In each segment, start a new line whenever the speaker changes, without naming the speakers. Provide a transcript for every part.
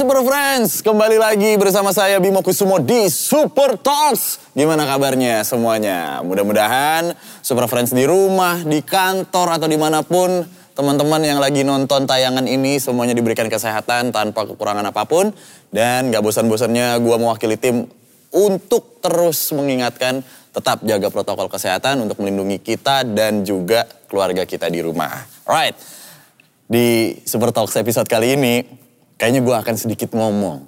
Friends, kembali lagi bersama saya Bimo Kusumo di Super Talks. Gimana kabarnya semuanya? Mudah-mudahan Super Friends di rumah, di kantor, atau dimanapun teman-teman yang lagi nonton tayangan ini semuanya diberikan kesehatan tanpa kekurangan apapun. Dan gak bosan-bosannya gua mewakili tim untuk terus mengingatkan tetap jaga protokol kesehatan untuk melindungi kita dan juga keluarga kita di rumah. Alright, di Super Talks episode kali ini, kayaknya gue akan sedikit ngomong.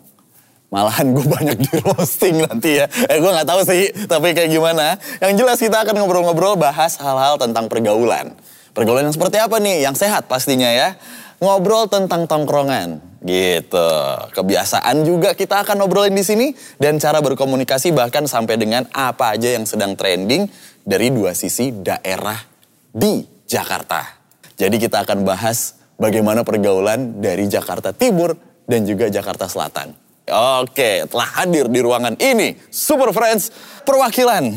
Malahan gue banyak di roasting nanti ya. Eh gue gak tahu sih, tapi kayak gimana. Yang jelas kita akan ngobrol-ngobrol bahas hal-hal tentang pergaulan. Pergaulan yang seperti apa nih? Yang sehat pastinya ya. Ngobrol tentang tongkrongan. Gitu. Kebiasaan juga kita akan ngobrolin di sini dan cara berkomunikasi bahkan sampai dengan apa aja yang sedang trending dari dua sisi daerah di Jakarta. Jadi kita akan bahas bagaimana pergaulan dari Jakarta Timur dan juga Jakarta Selatan. Oke, telah hadir di ruangan ini Super Friends perwakilan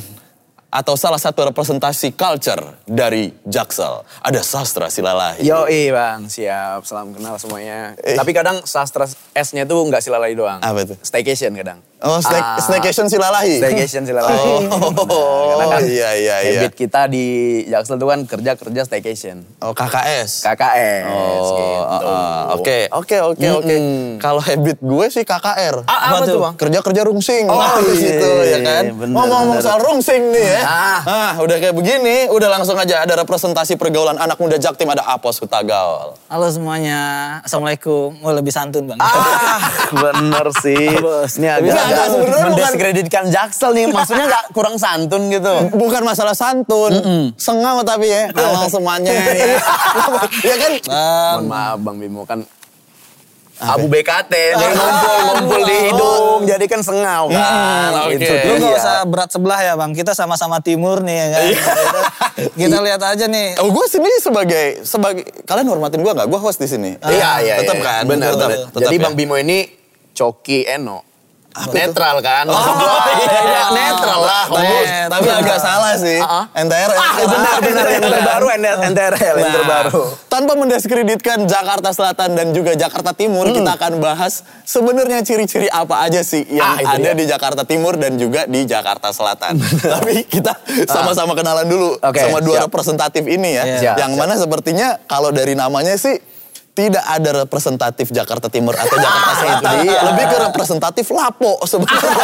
atau salah satu representasi culture dari Jaksel. Ada Sastra Silalahi.
Yoi bang, siap. Salam kenal semuanya. Tapi kadang sastra S-nya tuh nggak silalai doang.
Apa tuh?
Staycation kadang.
Oh, snack,
Ah,
Snackation Silalahi.
Staycation silalai.
Oh,
Karena kan
iya, iya, iya.
habit kita di Jaksel tuh kan kerja-kerja staycation.
Oh, KKS.
KKS
Oh,
gitu.
ah, ah. oke, oke, oke, oke. Kalau habit gue sih KKR.
Ah, apa tuh, Bang?
Kerja kerja rungsing.
Oh,
Nah, di
iya,
situ
iya,
ya kan.
iya, bener,
Ngomong-ngomong
bener.
soal rungsing nih ya.
Ah.
Ah, udah kayak begini, udah langsung aja ada representasi pergaulan anak muda Jaktim ada Apos Hutagaol.
Halo semuanya, assalamualaikum. Mau lebih santun bang.
Ah, bener sih. Ini agak,
Enggak, enggak, sebenarnya bukan-
mendiskreditkan Jaksel nih. Maksudnya nggak kurang santun gitu.
Bukan masalah santun, sengau tapi ya. Kalau semuanya
Iya.
ya. ya kan? Ah,
Mohon maaf Bang Bimo kan Abu BKT dia ngumpul ngumpul di hidung jadi kan sengau kan.
Hmm, oke. Lu
Itu
Gitu. Lu
dia.
gak usah berat sebelah ya bang, kita sama-sama timur nih ya kan.
Iya.
kita lihat aja nih.
Oh, gue sendiri sebagai sebagai kalian hormatin gue nggak? Gue host di sini.
Iya iya.
tetap
iya.
kan.
Benar.
Tetap,
benar.
tetap
Jadi
ya.
Bang Bimo ini coki Eno. netral kan? Oh,
iya.
netral lah.
Tapi,
Bagus.
Eh, tapi agak salah sih.
Ah, ah.
NTR.
Ah, benar benar yang terbaru NTRL yang
Nah,
terbaru.
Tanpa mendiskreditkan Jakarta Selatan dan juga Jakarta Timur,
Hmm.
kita akan bahas sebenarnya ciri-ciri apa aja sih yang
Ah, itu
ada
dia.
di Jakarta Timur dan juga di Jakarta Selatan. Tapi kita sama-sama kenalan dulu
Ah. Oke,
sama dua
siap.
representatif ini ya.
Siap,
yang
siap.
mana sepertinya kalau dari namanya sih tidak ada representatif Jakarta Timur atau Jakarta Selatan.
itu dia.
Lebih ke representatif Lapo sebenarnya.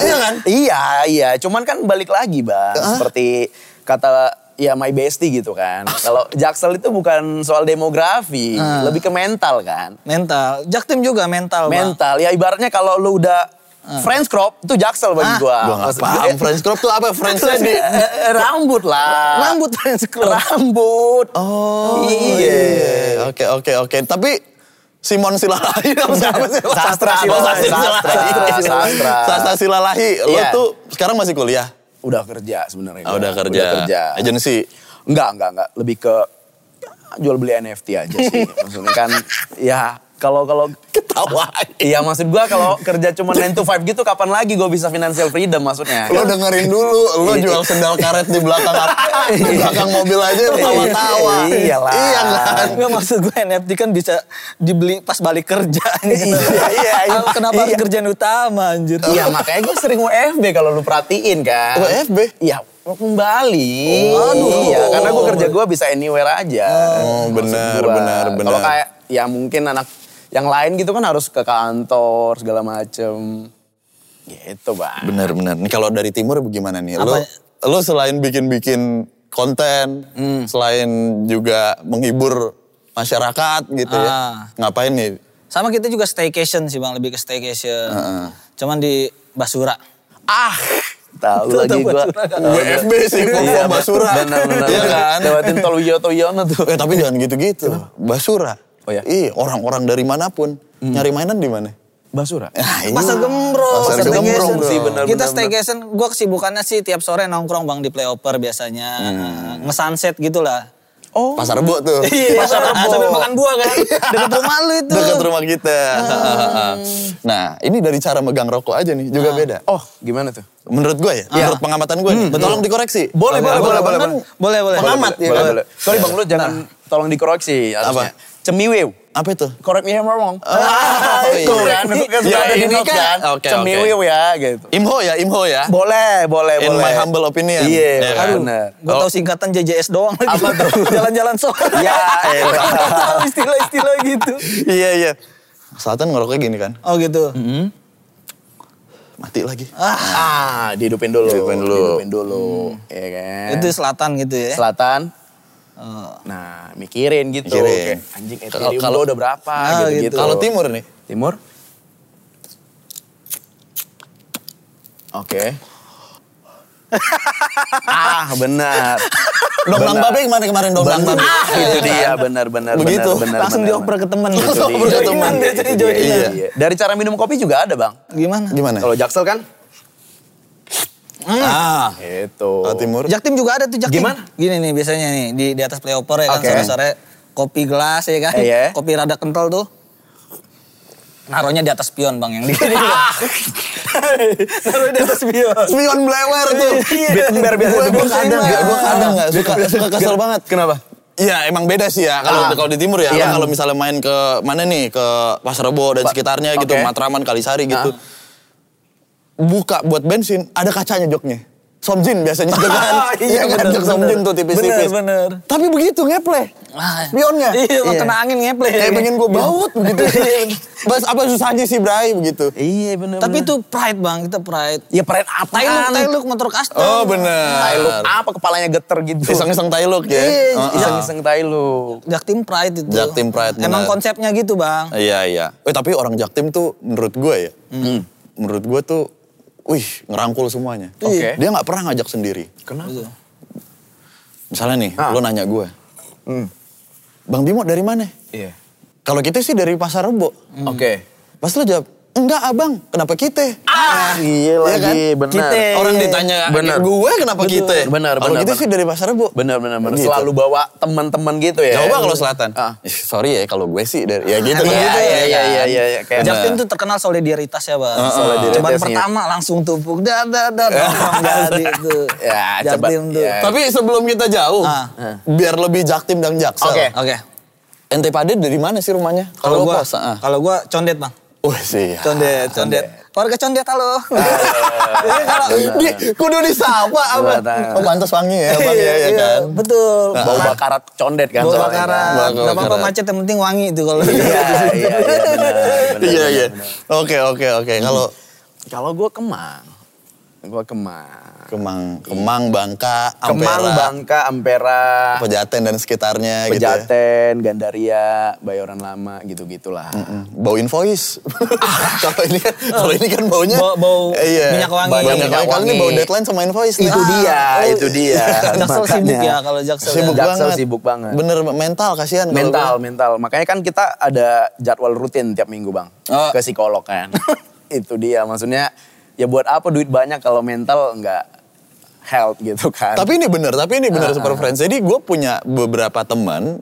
iya kan?
Iya, iya. Cuman kan balik lagi, Bang. Seperti kata ya my bestie gitu kan.
Ah,
Kalau Jaksel itu bukan soal demografi, lebih ke mental kan.
Mental, Jaktim juga mental bang.
Mental. Ya ibaratnya kalau lu udah French crop itu Jaksel bagi
Ah.
gua.
Ah. Gua ya. gak
Maksud
paham French crop tuh apa? French
ya? French-nya di- rambut lah.
Rambut French club.
Rambut.
Oh
Iya.
Oke oke oke. Tapi Simon Silalahi apa sih? Apa sih?
Sastra
Oh, Sastra
Silalahi.
Silalahi.
Sastra, sastra.
Sastra Silalahi. Lo
Iya.
tuh sekarang masih kuliah?
Udah kerja sebenarnya.
Oh,
gua.
udah kerja.
Udah kerja.
Agensi.
Enggak, enggak, enggak. Lebih ke jual beli NFT aja sih. Maksudnya kan ya kalau kalau
Ketawa.
Iya maksud gua kalau kerja cuma 9 to 5 gitu kapan lagi gua bisa financial freedom maksudnya.
Lo dengerin dulu, lo
Iya.
jual sendal karet di belakang di belakang mobil aja lo tawa-tawa.
Iya. Iyalah.
Iya kan?
Enggak maksud gue NFT kan bisa dibeli pas balik kerja. anjing.
Iya, iya, iya.
Kenapa harus
Iya.
kerjaan utama anjir.
Iya makanya gua sering WFB kalau lu perhatiin kan.
WFB?
Iya mau kembali.
Oh, aduh.
Iya karena gua kerja gua bisa anywhere aja.
Oh,
Maksud
benar,
gua.
benar, benar.
Kalau kayak ya mungkin anak yang lain gitu kan harus ke kantor segala macem. Gitu bang.
Benar-benar. Nih kalau dari timur gimana nih? Lo
Apa? Hmm.
lo selain bikin-bikin konten, selain juga menghibur masyarakat gitu ya.
Ah.
Ngapain nih?
Sama kita juga staycation sih bang, lebih ke staycation.
Heeh.
Cuman di Basura.
Ah tahu
Itu
lagi
tahu
gua.
Basura kan?
Tahu gua.
WFB sih, Pom
Iya,
Pom Basura.
Benar benar.
Iya kan?
Lewatin tol Wiyoto Wiono tuh.
Eh tapi jangan gitu-gitu. Basura.
Oh ya?
Iya, orang-orang dari manapun nyari mainan di mana?
Basura.
Nah, ini.
Hmm. Ah, Pasar Gembrong.
Pasar
staycation.
Gembrong,
bro.
sih
benar,
Kita
benar,
staycation, gue kesibukannya sih tiap sore nongkrong bang di playoper biasanya. Ngesunset gitu lah.
Oh.
Pasar Rebo tuh.
Pasar Rebo.
Iya, Sambil makan buah kan. Dekat rumah lu itu. Ah.
Dekat rumah kita. nah, ini dari cara megang rokok aja nih juga beda.
Oh, gimana tuh?
Menurut gue ya, menurut pengamatan gue nih. Tolong dikoreksi.
Iya. Hmm, Boleh, boleh,
Abang
boleh,
kan
boleh, boleh.
Boleh, boleh.
Pengamat
boleh,
ya kan?
boleh. Sorry Bang Lu jangan tolong dikoreksi harusnya.
Apa?
Cemiwew.
Apa itu?
Correct me if I'm wrong.
Ah,
itu
iya.
kan. Itu kan
Iya,
suka ada di
ini
notes
kan.
kan.
Oke, oke.
Cemiwew ya gitu.
Imho ya, Imho ya.
Boleh, boleh,
In
boleh.
my humble opinion.
Iya,
Ya kan?
bener.
Gue tahu singkatan JJS doang lagi.
Apa tuh?
Jalan-jalan so.
Ya, elah.
Tahu istilah-istilah gitu.
iya, iya. Selatan ngerokoknya gini kan.
Oh gitu.
Mati lagi.
Ah, dihidupin dulu.
Dihidupin dulu. Hmm.
Dihidupin dulu. Iya kan.
Itu selatan gitu ya.
selatan.
Oh.
Nah, mikirin gitu.
Mikirin.
Kayak, anjing
Kalau-
Ethereum
kalau-
gua udah berapa
Ah,
gitu,
gitu.
gitu.
Kalau timur nih.
Timur. Oke. ah, benar.
Dong Bang Babe gimana kemarin Dong Bang
Benar.
Babe?
Ah, itu dia benar-benar
Begitu.
Langsung dioper ke teman.
Langsung dioper ke teman.
Jadi
Iya.
Dari cara minum kopi juga ada, Bang.
Gimana?
Gimana?
Kalau Jaksel kan
Ah,
itu.
kalau timur.
Jaktim juga ada tuh Jaktim.
Gimana?
Gini nih biasanya nih di di atas playoper ya kan
Oke.
sore-sore kopi gelas ya kan.
Iya.
Kopi rada kental tuh. Naruhnya di atas pion bang yang di Naruhnya di atas pion.
Spion
kan
blewer tuh.
Biar biasa
Gue gue
dibuka
kadang
aja.
nggak, gue kadang nggak suka suka kesel banget.
Kenapa?
Iya emang beda sih ya kalau
Ah.
kalau di timur ya.
Iya.
Kalau misalnya main ke mana nih ke Pasar Rebo dan
Pa-
sekitarnya gitu,
Oke. Ah.
Matraman, Kalisari gitu. Buka buat bensin ada kacanya joknya. Somjin biasanya juga kan.
Ah, iya,
kan
bener,
jok somjin
bener.
tuh tipis-tipis.
Bener, bener.
Tapi begitu ngeple.
Ah.
Spionnya.
Iya, emang kena angin ngeple.
Kayak pengen
Iya.
gue baut begitu. Bas apa susahnya sih Bray begitu.
Iya benar.
Tapi itu pride bang, kita pride.
ya peren apa?
Tailuk, tailuk motor custom.
Oh bener.
Tailuk apa kepalanya geter gitu.
Iseng-iseng tailuk ya.
Iya,
Heeh.
iseng-iseng tailuk.
Jaktim pride itu.
Jaktim pride, bener.
Emang konsepnya gitu bang.
Iya iya. Eh tapi orang Jaktim tuh menurut gue ya.
Hmm.
Menurut gue tuh wih ngerangkul semuanya. Iya.
Oke.
Dia nggak pernah ngajak sendiri.
Kenapa?
Gitu.
Misalnya nih,
Ah.
lo nanya gue,
Hmm.
Bang Bimo dari mana?
Iya.
Kalau kita sih dari Pasar Rebo.
Oke.
Pas lo jawab, enggak abang, kenapa kita?
Ah, iya
Iya Oh,
lagi benar.
Kita. Orang ditanya
Bener.
gue kenapa
Betul.
kita?
Benar,
Kalau
benar,
kita
benar.
sih dari Pasar Rebo.
Benar-benar
Gitu.
selalu bawa teman-teman gitu ya.
Coba kalau selatan.
Ah.
Ih, Sorry ya kalau gue sih dari ya gitu
Iya,
gitu
iya,
ya
iya,
kan?
iya, iya, iya. Kayak-
Bener.
Jaktim tuh terkenal solidaritas ya bang.
Heeh.
Solidaritas. Cuman
Solidaritasnya.
pertama langsung tupuk. Dah, dah, dah. nongkrong Jadi itu.
Ya, coba.
Jaktim tuh.
Ya.
Tapi sebelum kita jauh,
Ah.
biar lebih jaktim dan jaksel.
Oke.
Oke.
Ente Pade dari mana sih rumahnya? Kalau
Kalau gua,
pos, ah.
kalau gua condet bang.
Wih sih. ya.
Condet, condet. Warga condet halo. Jadi kalau
Eh, Di, kudu disapa apa?
Betul.
Oh pantas Iya. wangi ya, bang ya, ya
Iya,
kan.
betul.
Nah, Bau bakarat condet kan.
Bau
soalnya.
bakaran.
Bau
Gak apa-apa
bakaran.
macet yang penting wangi itu kalau. gitu.
Iya, iya, iya. benar, benar,
Iya
benar,
iya.
benar.
Oke oke oke. Kalau
Kalau gue Kemang. Gue Kemang.
Kemang, Kemang, Bangka, Ampera,
Kemang, Bangka, Ampera.
Pejaten dan sekitarnya gitu. Ya.
Pejaten, Gandaria, Bayoran Lama gitu-gitulah.
Hmm, Bau invoice. kalau ini kan, kalau ini kan baunya iya,
Bau- bau minyak wangi.
Bau minyak
Minyak
wangi. Kalau ini
wangi.
bau deadline sama invoice. nih.
Itu
Ah,
dia,
oh.
itu dia.
Jaksel
Makanya.
sibuk ya kalau Jaksel.
Sibuk
ya.
Jaksel
banget.
sibuk banget.
Bener mental kasihan. kalau
Mental,
gua.
mental. Makanya kan kita ada jadwal rutin tiap minggu bang.
Oh.
Ke psikolog kan. itu dia, maksudnya ya buat apa duit banyak kalau mental nggak health gitu kan. Ah,
Tapi ini bener, tapi ini bener Super Friends. Jadi gue punya beberapa teman,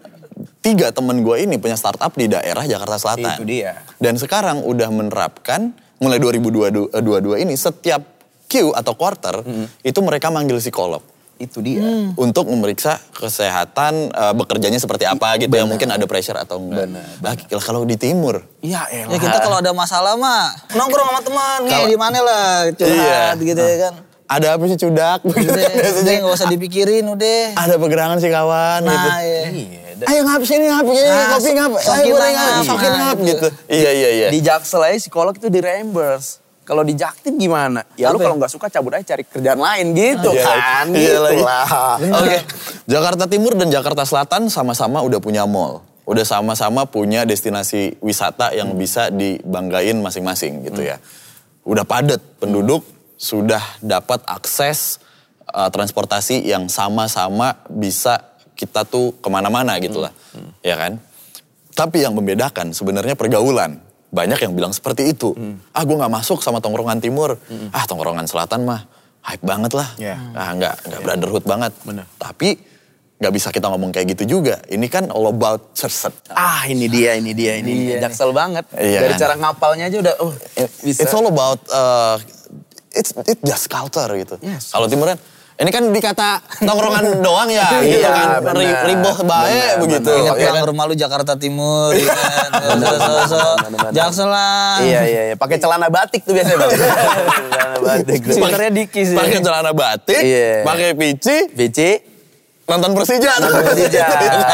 tiga teman gue ini punya startup di daerah Jakarta Selatan.
Itu dia.
Dan sekarang udah menerapkan mulai 2022 eh, 22 ini setiap Q atau quarter
Hmm.
itu mereka manggil psikolog
itu dia.
untuk memeriksa kesehatan eh, bekerjanya seperti apa gitu ya mungkin ada pressure atau enggak.
Bener,
Lah, lah kalau di timur
Iya
Ya kita kalau ada masalah mah nongkrong sama teman, kayak di mana lah curhat
Iya.
gitu ya kan.
ada apa sih cudak?
Iya,
Begitu
Udah,
kan biasanya. Gitu.
udah nggak usah dipikirin udah.
ada pegerangan sih kawan gitu.
Nah, iya.
Iya, dan
Ayo ngap sini ngap, ini
Nah,
kopi ngap,
sok-
ayo
sokin
boleh
lah,
ngap,
ngap.
sokin
Nah,
ngap
gitu.
gitu. Iya iya iya.
Di Jaksel aja psikolog itu di reimburse. Kalau di Jaktim gimana? Ya lu
Apa ya?
kalau nggak suka cabut aja cari kerjaan lain gitu
Iya,
kan.
iya
gitu
lagi. Iya.
lah.
Oke. Jakarta Timur dan Jakarta Selatan sama-sama udah punya mall. Udah sama-sama punya destinasi wisata yang bisa dibanggain masing-masing gitu ya. Udah padat penduduk sudah dapat akses uh, transportasi yang sama-sama bisa kita tuh kemana-mana gitu lah. Ya kan? Tapi yang membedakan sebenarnya pergaulan. Banyak yang bilang seperti itu. Ah gue gak masuk sama tongkrongan timur. Ah tongkrongan selatan mah hype banget lah.
Iya.
Ah gak, nggak brotherhood banget.
Bener.
Tapi gak bisa kita ngomong kayak gitu juga. Ini kan all about cerset.
Ah ini dia, ini dia, ini dia.
Iya
Jaksel banget.
Iya
Dari
kan?
cara ngapalnya aja udah, oh
uh,
bisa.
It's all about, uh, it's, it's just culture gitu.
Yes.
Kalau timur kan, Ini kan dikata tongkrongan doang ya, gitu
Iya,
kan. Ri-
benar.
riboh
Benar,
baik begitu.
benar.
Ingat
Iya
pulang
kan?
ke rumah lu Jakarta Timur, ya kan.
Bener,
So, so, so.
bener, bener.
Jaksel lah.
Iya iya iya, pakai celana batik tuh biasanya bang. celana batik. ya.
Sebenarnya Diki sih.
Pakai celana batik,
Iya.
pakai pici,
BC,
nonton Persija.
sama Persija,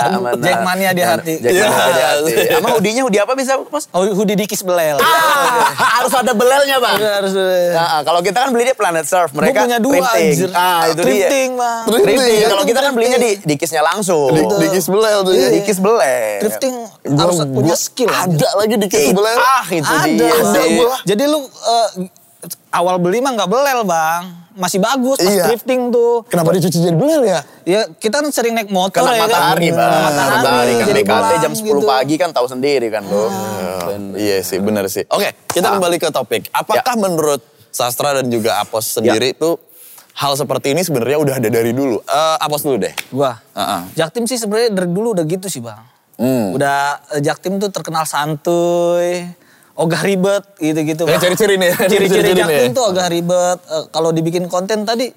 sama
Jackmania di hati.
Jackmania di
Iya.
hati. Emang hoodie-nya hoodie apa bisa mas?
Oh, Hudi Dikis belel.
Ah!
harus ada belelnya bang.
Iya, harus belel.
Nah, kalau kita kan belinya Planet Surf, mereka
punya dua,
thrifting.
anjir.
Ah, itu
Thrifting,
dia.
Bang.
Thrifting.
Thrifting.
Kalau kita kan belinya di dikisnya langsung.
Di- dikis belel tuh ya.
Iya, Dikis belel.
Drifting harus punya skill.
Ada lagi dikit sebelah.
Ah, itu
Ada.
dia.
Ada
sih.
gua.
Jadi lu eh, awal beli mah nggak belel bang, masih bagus pas
Iya.
drifting tuh.
Kenapa dicuci jadi belel ya?
Ya kita kan sering naik motor
Kena
ya kan.
matahari, Bang.
Kena
Matahari, kan
jadi
BKT
pulang
jam 10
gitu.
pagi kan tahu sendiri kan lo.
Bener. Iya sih, benar sih. Oke, kita kembali ke topik. Apakah menurut sastra dan juga Apos sendiri tuh hal seperti ini sebenarnya udah ada dari dulu? Eh, Apos dulu deh.
Gua.
Heeh. Hmm.
Jaktim sih sebenarnya dari dulu udah gitu sih bang. Udah eh, Jaktim tuh terkenal santuy, ogah ribet gitu-gitu.
Ya,
Bang.
ciri-ciri nih ya.
Ciri-ciri
Ciri-ciri nih
Jaktim
ya.
tuh agak ribet. Eh, Kalau dibikin konten tadi,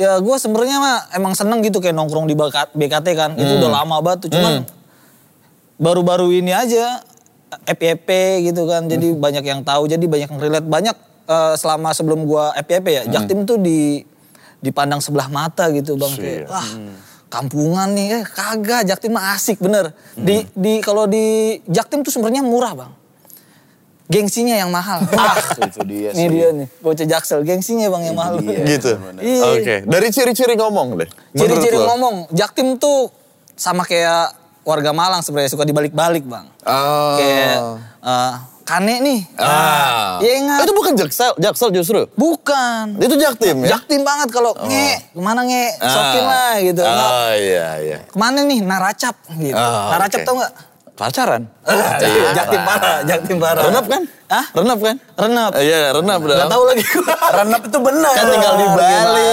ya gue sebenarnya mah emang seneng gitu kayak nongkrong di BK- BKT kan. Itu
Hmm.
udah lama banget tuh. Cuman baru-baru ini aja FYP gitu kan. Jadi
Hmm.
banyak yang tahu, jadi banyak yang relate. Banyak eh, selama sebelum gua FYP
Hmm.
ya, Jaktim tuh di dipandang sebelah mata gitu Bang. Kayak, Wah,
Hmm.
kampungan nih. Eh, kagak, Jaktim mah asik bener.
Hmm.
Di di kalau di Jaktim tuh sebenarnya murah, Bang. Gengsinya yang mahal. ah,
Itu dia
ini
sih.
dia nih, bocah Jaksel. Gengsinya Bang yang mahal.
dia.
Gitu.
Iya.
Oke, dari ciri-ciri ngomong deh. Menurut
Ciri-ciri
lo.
ngomong, Jaktim tuh sama kayak warga Malang sebenarnya suka dibalik-balik, Bang.
Ah.
kayak eh, kane nih.
Ah.
Iya enggak?
Itu bukan jaksel, jaksel justru.
bukan.
Itu jaktim ya?
Jaktim banget kalau nge, kemana nge,
Ah.
sokin lah gitu. Nggak,
Oh iya iya.
Kemana nih, naracap gitu.
Ah, oke.
naracap tau gak?
Pacaran.
Jaktim parah, jaktim parah.
Renep kan?
Hah?
Renep kan?
Renep.
Iya, renep dong.
Gak tau lagi
Renep itu bener.
Kan tinggal di Bali.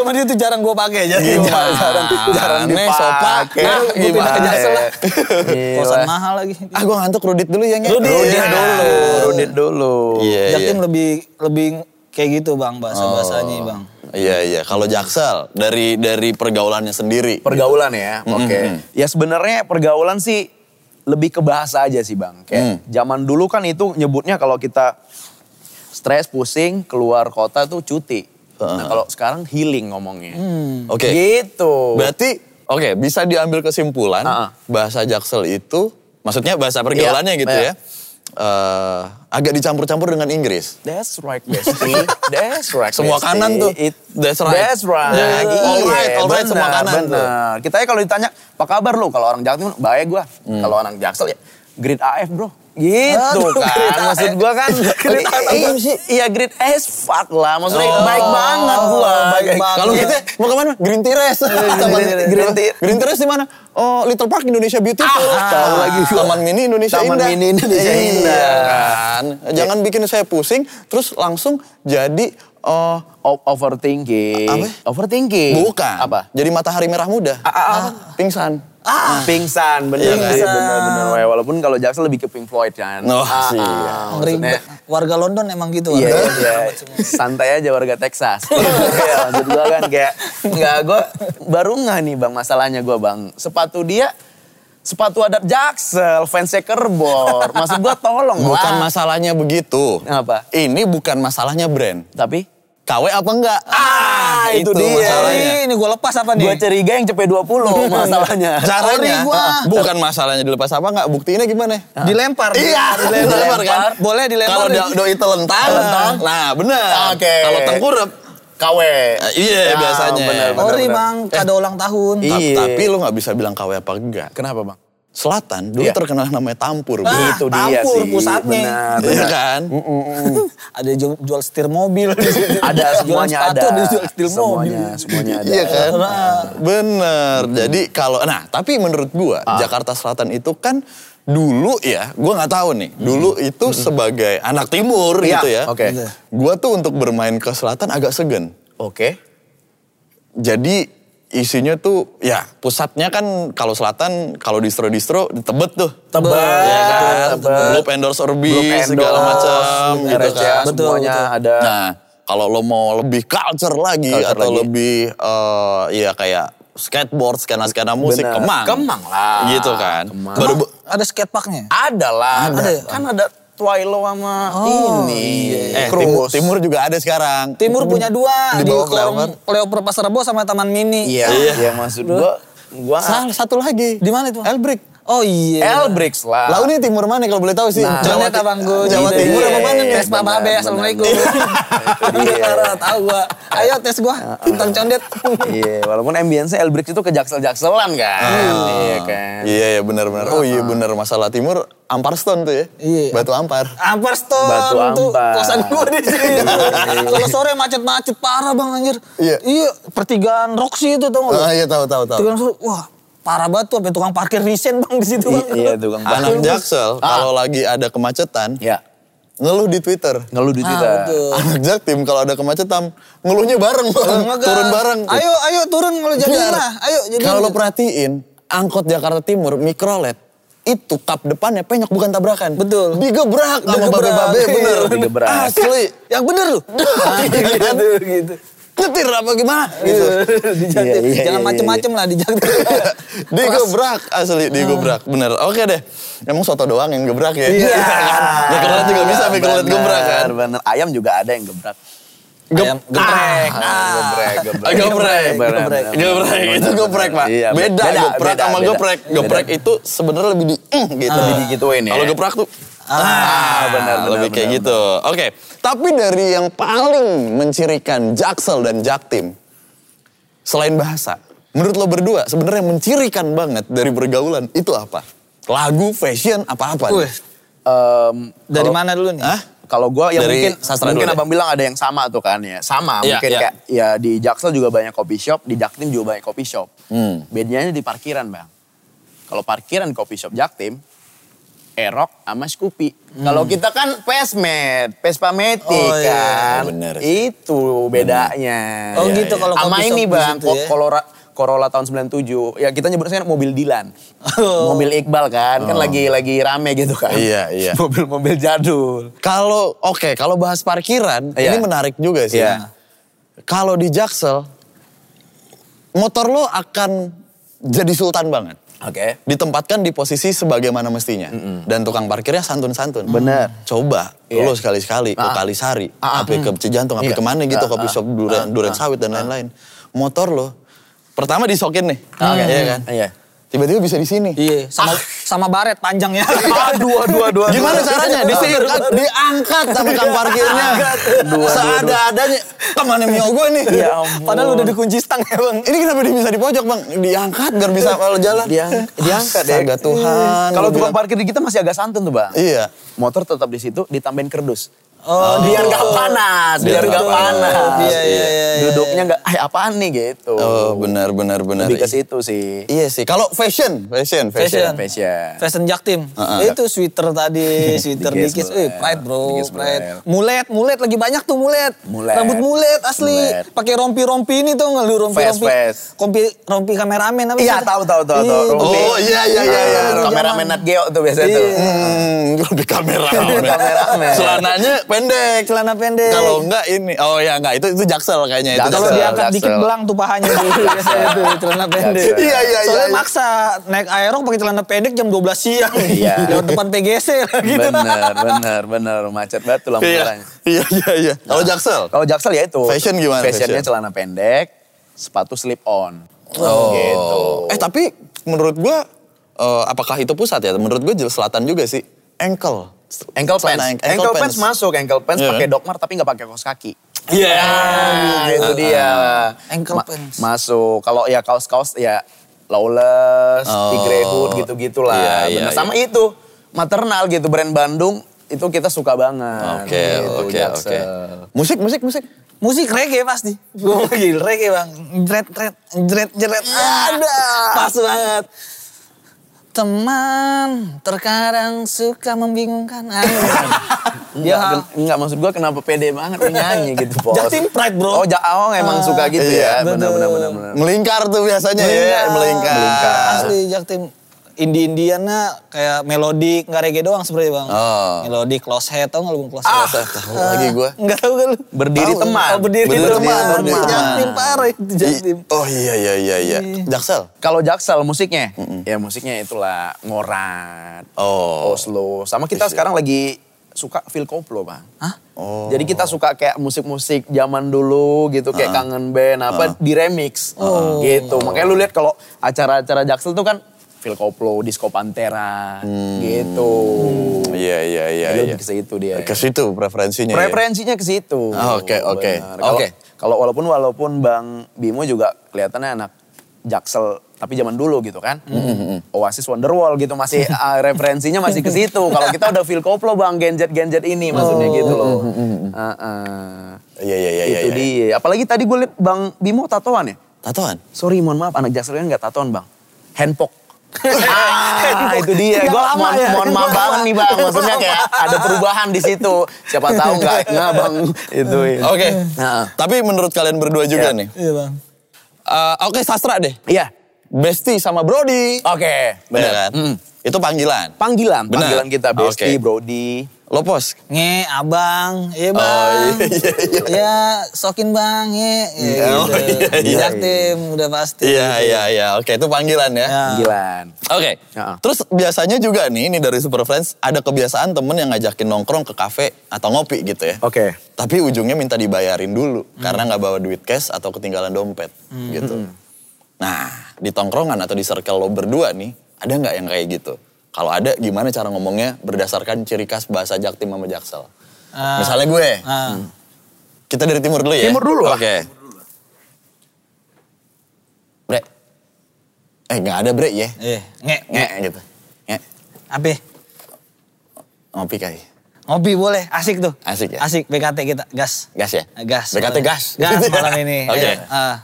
Cuman itu jarang gue pakai jadi
Iya,
gua-
jarang, jarang
Aneh,
dipakai.
sopak.
Nah,
Gua pindah
gimana?
ke Jaksel lah.
Gila.
Kosan mahal lagi. Iya,
Ah, gue ngantuk Iya. rudit dulu ya, Nge.
Rudit.
Rudit
Iya.
dulu. Rudit dulu.
Iya, iya.
Jaktim lebih lebih kayak gitu bang bahasa bahasanya bang.
Iya, iya. Kalau Jaksel dari dari pergaulannya sendiri.
Pergaulan ya, oke. Ya sebenarnya pergaulan sih lebih ke bahasa aja sih bang.
Mm.
Kayak zaman dulu kan itu nyebutnya kalau kita stres, pusing, keluar kota tuh cuti. Nah kalau sekarang healing ngomongnya.
Oke.
Gitu.
Berarti oke, bisa diambil kesimpulan
Ah, ah.
bahasa Jaksel itu maksudnya bahasa pergaulannya
Iya,
gitu ya.
iya.
eh, agak dicampur-campur dengan Inggris.
That's right, Besti. That's right,
Semua
Besti.
kanan tuh.
It-
That's right.
That's right.
Ya, all right, all right, semua kanan tuh.
Benar. Kita ya kalau ditanya, apa kabar lu? Kalau orang Jakarta, baik gua.
Hmm.
Kalau orang Jaksel ya, grade AF bro. Gitu
Aduh,
kan,
grade
maksud gua kan.
Grade AF apa sih?
Iya, grade S fuck lah. Maksudnya
Oh.
baik banget gua. gitu.
Baik banget.
Kalau
Iya.
kita mau kemana? Green Terrace.
Iya,
Taman-
Green
Green,
Terrace.
Green Terrace di mana? Oh, Little Park Indonesia Beautiful.
Ah, tahu lagi gua.
Taman Mini Indonesia
Taman
Indah.
Mini Indonesia
Iya
Indah. Iya.
kan. Jangan bikin saya pusing, terus langsung jadi eh,
O- overthinking.
Apa?
Overthinking.
bukan.
Eh,
Ah,
Apa?
Jadi matahari merah muda. Pingsan.
Ah. Pingsan,
Iya
bener.
kan?
sih, bener-bener. Walaupun kalau Jaksel lebih ke Pink Floyd kan.
Oh,
Ah,
sih.
ah.
Ngeri
Maksudnya,
banget. warga London emang gitu.
Iya,
warga
iya,
London.
iya. santai aja warga Texas. Iya, maksud gue kan kayak nggak gue baru nggak nih bang masalahnya gue bang sepatu dia sepatu adat Jaksel, fansnya kerbor. Maksud gue tolong
Bukan
lah.
masalahnya begitu.
Apa?
Ini bukan masalahnya brand.
Tapi
KW apa enggak?
Ah, itu dia.
masalahnya.
Iya, Ini gue lepas apa nih?
gue curiga yang cepet 20 masalahnya.
Caranya, ah,
Sorry gua.
bukan masalahnya dilepas apa enggak, buktiinnya gimana?
Ah.
dilempar.
Iya.
dilempar.
Ah. dilempar kan.
Boleh dilempar.
Iya. Kalau do- doi telentang,
Telentang.
nah benar.
Oke.
Kalau tengkurep,
KW.
eh, iya
Ah,
biasanya.
benar, benar.
Ori bang,
Eh.
kado ulang tahun.
Ta-
Iya.
Tapi lu nggak bisa bilang KW apa enggak.
Kenapa bang?
Selatan dulu
Iya.
terkenal namanya Tampur.
Ah,
Bu.
itu dia
Tampur
sih.
Iya
Benar,
pusatnya.
benar.
kan?
hmm, ada jual, jual setir mobil. di situ.
Ada
Jualan
semuanya
sepatu,
ada.
Ada jual setir mobil.
Semuanya, semuanya ada. Hmm.
Iya kan?
Ah.
Bener. Jadi kalau nah, tapi menurut gua
Ah.
Jakarta Selatan itu kan dulu ya, gua nggak tahu nih. Dulu itu sebagai anak timur
Hmm. Iya,
gitu ya.
oke.
Gua tuh untuk bermain ke selatan agak segan.
Oke.
Jadi isinya tuh ya pusatnya kan kalau selatan kalau distro-distro di tebet tuh.
Tebet,
Ya kan?
Tebet.
Globe endorse Orbi
Grup
Iya, segala
endorse,
macam gitu
RSCA,
kan.
Betul,
Semuanya
betul.
ada.
Nah, Kalau lo mau lebih culture lagi
Culture
atau
lagi.
lebih eh ya kayak skateboard, skena-skena musik,
Benar.
kemang.
Kemang lah.
Gitu kan.
Kemang.
Baru be-
Ada skateparknya?
Ada lah.
Ada ya?
Kan ada Twilo sama ini.
Oh, eh, timur,
Krus.
timur juga ada sekarang.
Timur punya dua
Di
di,
bawah
kolong Leoper Pasar Rebo sama Taman Mini.
Iya.
Ah,
Iya.
Iya maksud gua. Gua
Salah satu lagi.
Di mana itu?
Elbrick.
Oh iya.
Elbrix lah.
Lalu nih timur mana kalau boleh tahu sih?
Nah.
Jawa,
Jonet abang gue.
Jawa
Iya,
Timur
iya,
apa mana nih?
Tes Pak
Benar,
Babe,
benar.
Assalamualaikum.
Iya.
Iya. Tahu gua. Ayo tes gua. Tentang condet.
Iya, walaupun ambience Elbrix itu ke jaksel-jakselan kan. Iya kan.
Ah. Iya, iya benar-benar. Oh iya benar masalah timur Amparstone tuh ya.
Iya.
Batu Ampar.
Ampar Stone
Batu
tuh
Ampar. Iya,
kosan gua di sini. Kalau sore macet-macet parah bang anjir.
Iya.
pertigaan Roxy itu tau
Ah
gak?
iya tahu tahu tahu.
Tukang suruh, wah parah banget tuh sampai tukang parkir risen bang di situ bang.
Iya, tukang
Anak
bakso.
Jaksel kalau lagi ada kemacetan,
Ya,
ngeluh di Twitter.
ngeluh di
Ah,
Twitter.
betul.
Anak Jaktim kalau ada kemacetan, ngeluhnya bareng, Bang.
Ngegas.
turun bareng.
Ayo, ayo turun kalau jadi
Bener.
lah. Ayo jadi. gitu.
Kalau lo perhatiin, angkot Jakarta Timur, mikrolet, itu kap depannya penyok bukan tabrakan.
Betul.
Digebrak sama
Digebrak.
babe-babe, bener.
Iya, digebrak.
Asli. Iya,
yang bener lu.
gitu,
gitu.
Ngetir apa gimana
Iya.
gitu.
di Jaktim.
Iya, iya,
Jangan
iya,
macem-macem lah di Jaktim.
digebrak asli digebrak bener oke deh emang soto doang yang gebrak ya
Iya.
kan? mikrolet juga bisa mikrolet
Bener,
gebrak kan
Bener, ayam juga ada yang gebrak.
Gep-
Ayam geprek. Nah.
Ah.
Ah, geprek,
Ah, geprek,
Bener,
geprek,
bener,
geprek,
bener,
itu
bener,
geprek
bener.
pak.
Iya,
beda, geprek sama
beda.
geprek. Geprek
Beda.
itu sebenarnya lebih di "eng" gitu.
Lebih digituin ya.
Kalau geprek tuh, ah,
benar, benar,
lebih kayak
benar,
gitu. Oke, tapi dari yang paling mencirikan Jaksel dan Jaktim, selain bahasa, menurut lo berdua sebenarnya yang mencirikan banget dari pergaulan itu apa? Lagu, fashion, apa-apa? nih?
Wih,
Em,
dari
kalau-
mana dulu nih?
Hah?
Kalau gue yang
Dari
mungkin
sastra
mungkin
dulu deh.
abang bilang ada yang sama tuh kan ya. Sama
Iya,
mungkin
iya.
kayak ya di Jaksel juga banyak kopi shop, di Jaktim juga banyak kopi shop.
Hmm.
Bedanya di parkiran bang. Kalau parkiran kopi shop Jaktim, Erok sama Scoopy. Kalau kita kan Pesmed, Pespametik
Oh, iya.
kan.
Bener.
Itu bedanya.
Oh,
Iya,
gitu
iya.
kalau
Sama
kopi shop
ini
di
bang,
situ ya.
Corolla, Corolla tahun 97. Ya kita nyebutnya kan mobil Dilan.
Oh.
Mobil Iqbal kan, kan lagi lagi rame gitu kan.
Iya, iya.
Mobil-mobil jadul.
Kalau oke, kalau bahas parkiran
Iya.
ini menarik juga sih.
Iya.
Kalau di Jaksel motor lo akan jadi sultan banget.
Oke.
Ditempatkan di posisi sebagaimana mestinya dan tukang parkirnya santun-santun.
Bener.
Coba
Iya.
lo sekali-sekali ke
Ah.
Kalisari,
Ah, ah.
apa ke Cijantung, apa
Iya.
kemana gitu,
Ah,
kopi
ah.
shop duren,
Ah,
duren
ah.
sawit dan lain-lain. Motor lo pertama disokin nih,
Oke.
iya kan?
Iya.
Tiba-tiba bisa di sini.
Iya, sama sama baret panjang ya.
Ah. Aduh, aduh, aduh.
Gimana caranya? Disingkat, diangkat sama kang parkirnya. Seada-adanya. Kemana mio gue nih?
Ya ampun.
Padahal udah dikunci stang ya bang. Ini kenapa dia bisa di pojok bang? Diangkat biar bisa kalau jalan.
Diang- diangkat ya.
Astaga Ah, Tuhan.
Kalau
Gua
tukang
bilang,
parkir di kita masih agak santun tuh bang.
Iya.
Motor tetap di situ, ditambahin kerdus.
Oh,
biar
gitu.
nggak panas, biar
Betul.
nggak panas.
Iya, iya, iya, iya.
Duduknya nggak, eh apaan nih gitu.
Oh benar benar benar.
Lebih ke situ sih.
Iya sih. Kalau fashion, fashion, fashion.
Fashion.
Fashion.
Fashion Jaktim.
Ah,
Heeh.
Itu sweater tadi, sweater
Dikis,
dikis.
bro.
Eh, pride bro,
Dikis, bro.
pride. Mulet, mulet lagi banyak tuh mulet.
Mulet.
Rambut mulet asli.
Mulet.
Pakai rompi-rompi ini tuh ngelu rompi-rompi.
Vest, vest.
Kompi, rompi kameramen apa
Iya,
sih?
tahu tahu tahu tahu.
Iya.
Rumpi.
Oh, iya, iya, iya, iya.
Ah, Kameramen Nat Geo tuh biasanya tuh.
Iya.
Hmm, lebih kamera.
Kameramen.
Celananya pendek.
Celana pendek.
Kalau enggak ini, oh ya enggak itu itu jaksel kayaknya itu.
Jaksel.
Kalau
Jaksel.
diangkat
Jaksel.
dikit belang tuh pahanya tuh. Biasanya tuh, celana pendek.
Jaksel.
Iya, iya,
Soalnya
iya.
maksa naik aerok pakai celana pendek jam 12 siang.
Iya.
Lewat depan PGC lah gitu.
Bener, bener, bener. Macet banget tuh
Iya,
lampu-lampunya.
iya, iya, iya. Kalau jaksel,
Kalau Jaksel ya itu.
Fashion gimana
Fashionnya
fashion?
celana pendek, sepatu slip on.
Oh.
Gitu.
Eh tapi menurut gua eh, apakah itu pusat ya? Menurut gua jelas selatan juga sih. Ankle.
Ankle pants.
Celana
Ankle, pants. masuk, ankle pants
Iya kan?
pakai dokmar tapi nggak pakai kaos kaki.
Iya.
Ah, itu dia.
iya. Ankle
Ma-
pants.
Masuk. Kalau ya kaos-kaos ya lawless,
Oh.
tigre hood gitu-gitulah.
Iya, iya,
Bener.
iya.
Sama itu, maternal gitu brand Bandung itu kita suka banget.
Oke,
Gitu,
oke,
Jaksel.
oke. Musik, musik, musik.
Musik reggae pasti. Gue panggil reggae bang. Jret, jret, jret, jret.
Iya,
Ada. Pas banget. Teman terkadang suka membingungkan. Ah,
Enggak,
Dia
gen- enggak maksud gua kenapa pede banget lu nyanyi gitu, Bos.
Jatim pride, bro.
Oh, ja oh emang
Ah,
suka gitu
iya,
ya. Benar
betul.
benar benar benar.
Melingkar tuh biasanya ya, melingkar.
Asli Jaktim. indie-indiannya kayak melodik, nggak reggae doang sebenarnya bang.
Oh.
Melodik, close head, tau nggak lu close
Ah,
head?
tahu lagi gua.
Nggak tahu kan lu?
Berdiri
Tahu.
teman.
Oh, berdiri,
Berdiri
teman.
teman.
Itu Jaktim parah itu Jaktim.
I- Oh iya iya iya iya. Jaksel.
Kalau Jaksel musiknya, ya musiknya itulah ngorat,
Oh.
Oslo. Sama kita sekarang lagi suka Phil Koplo bang. Hah?
Oh.
Jadi kita suka kayak musik-musik zaman dulu gitu,
Ah.
kayak kangen band apa di remix gitu. Makanya lu lihat kalau acara-acara Jaksel tuh kan Phil Koplo, Disco Pantera gitu.
Iya iya Hmm. iya
Jadi
iya.
lebih ke situ dia.
Ke situ preferensinya. ya?
Preferensinya ke situ.
Ah, oke, oke,
Benar. Kalau-
oke.
Kalau walaupun walaupun Bang Bimo juga kelihatannya anak Jaksel tapi zaman dulu gitu kan.
Hmm,
Oasis Wonderwall gitu masih ah, referensinya masih ke situ. Kalau kita udah feel koplo Bang genjet-genjet ini maksudnya
Oh.
gitu loh.
Hmm,
Ah, ah.
Iya iya iya iya.
Itu
iya.
dia. Apalagi tadi gue liat Bang Bimo tatoan ya.
Tatoan.
Sorry mohon maaf anak Jaksel kan nggak tatoan Bang. Handpok. ah, itu dia.
Nggak
Gue
lama
mohon,
ya.
mohon maaf banget nih bang. Maksudnya kayak ada perubahan di situ. Siapa tahu nggak nggak bang itu. ya.
Oke.
Nah,
Tapi menurut kalian berdua juga
Iya.
nih.
Iya bang.
Eh, Oke sastra deh.
Iya.
Besti sama Brody.
Oke.
Bener kan?
Mm.
Itu panggilan.
Panggilan,
Benar.
panggilan kita
Oke.
Besti, Brody.
Lopos.
Nge, abang, iya bang.
iya, iya, iya.
Ya, sokin bang, nge. Ya,
Oh,
gitu.
iya, iya.
Jaktim, udah pasti.
Iya iya iya. Oke itu panggilan ya.
Ya.
Panggilan.
Oke.
Ya.
Terus biasanya juga nih, ini dari Super Friends, ada kebiasaan temen yang ngajakin nongkrong ke kafe atau ngopi gitu ya.
Oke.
Tapi ujungnya minta dibayarin dulu karena nggak bawa duit cash atau ketinggalan dompet gitu. Nah, di tongkrongan atau di circle lo berdua nih, ada nggak yang kayak gitu? Kalau ada, gimana cara ngomongnya berdasarkan ciri khas bahasa Jaktim sama Jaksel?
Ah.
Misalnya Hmm. gue,
Ah.
kita dari timur dulu ya.
Timur dulu lah.
Oke. Bre. Eh nggak ada bre ya.
Eh, nge, nge.
Nge gitu. Nge. ya?
Apa?
Ngopi kai.
Ngopi boleh, asik tuh.
Asik ya?
Asik, BKT kita, gas.
Gas ya?
Eh, Gas.
BKT
malam-
gas.
Gas
Gitu ya?
malam ini.
Oke.
Ayo, Ah,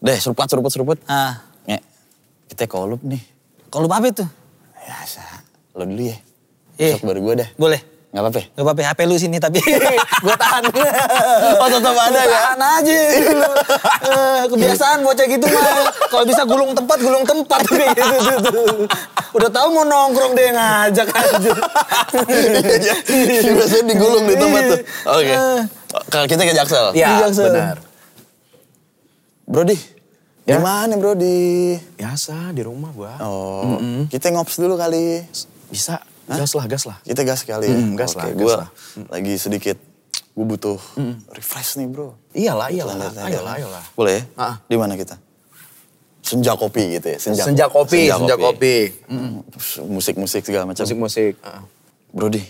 Deh seruput seruput seruput.
ah.
Nge. Kita kolup nih.
Kalau lupa apa itu?
Ya sa. Lo dulu ya.
Iya.
Besok baru gue dah.
Boleh.
Gak apa-apa. ya?
Gak apa-apa, HP lu sini tapi. Gue tahan.
Oh tetap ada ya?
Tahan aja. gitu Eh, Kebiasaan bocah gitu mah. Kalau bisa gulung tempat, gulung tempat. Kayak gitu, gitu. Udah tahu mau nongkrong dia ngajak aja.
Iya, iya. Biasanya digulung di tempat tuh. Oke. Kalau kita ke Jaksel.
Iya,
Iya, Jaksel.
benar.
Brody.
Ya?
Gimana Brody?
Biasa di rumah gua.
Oh, kita ngops dulu kali.
Bisa. Gas lah, gas lah.
Kita gas kali ya.
Mm, gas lah, gas
gue
lah.
lagi sedikit, gue butuh refresh nih bro.
Iyalah, iyalah.
Lanjut, lanjut.
Ayolah, ayolah.
Boleh ya?
Ah.
Di mana kita? Senja kopi gitu ya?
Senja kopi, senja kopi.
Mm, Musik-musik segala macam.
Musik-musik. Ah.
Brody,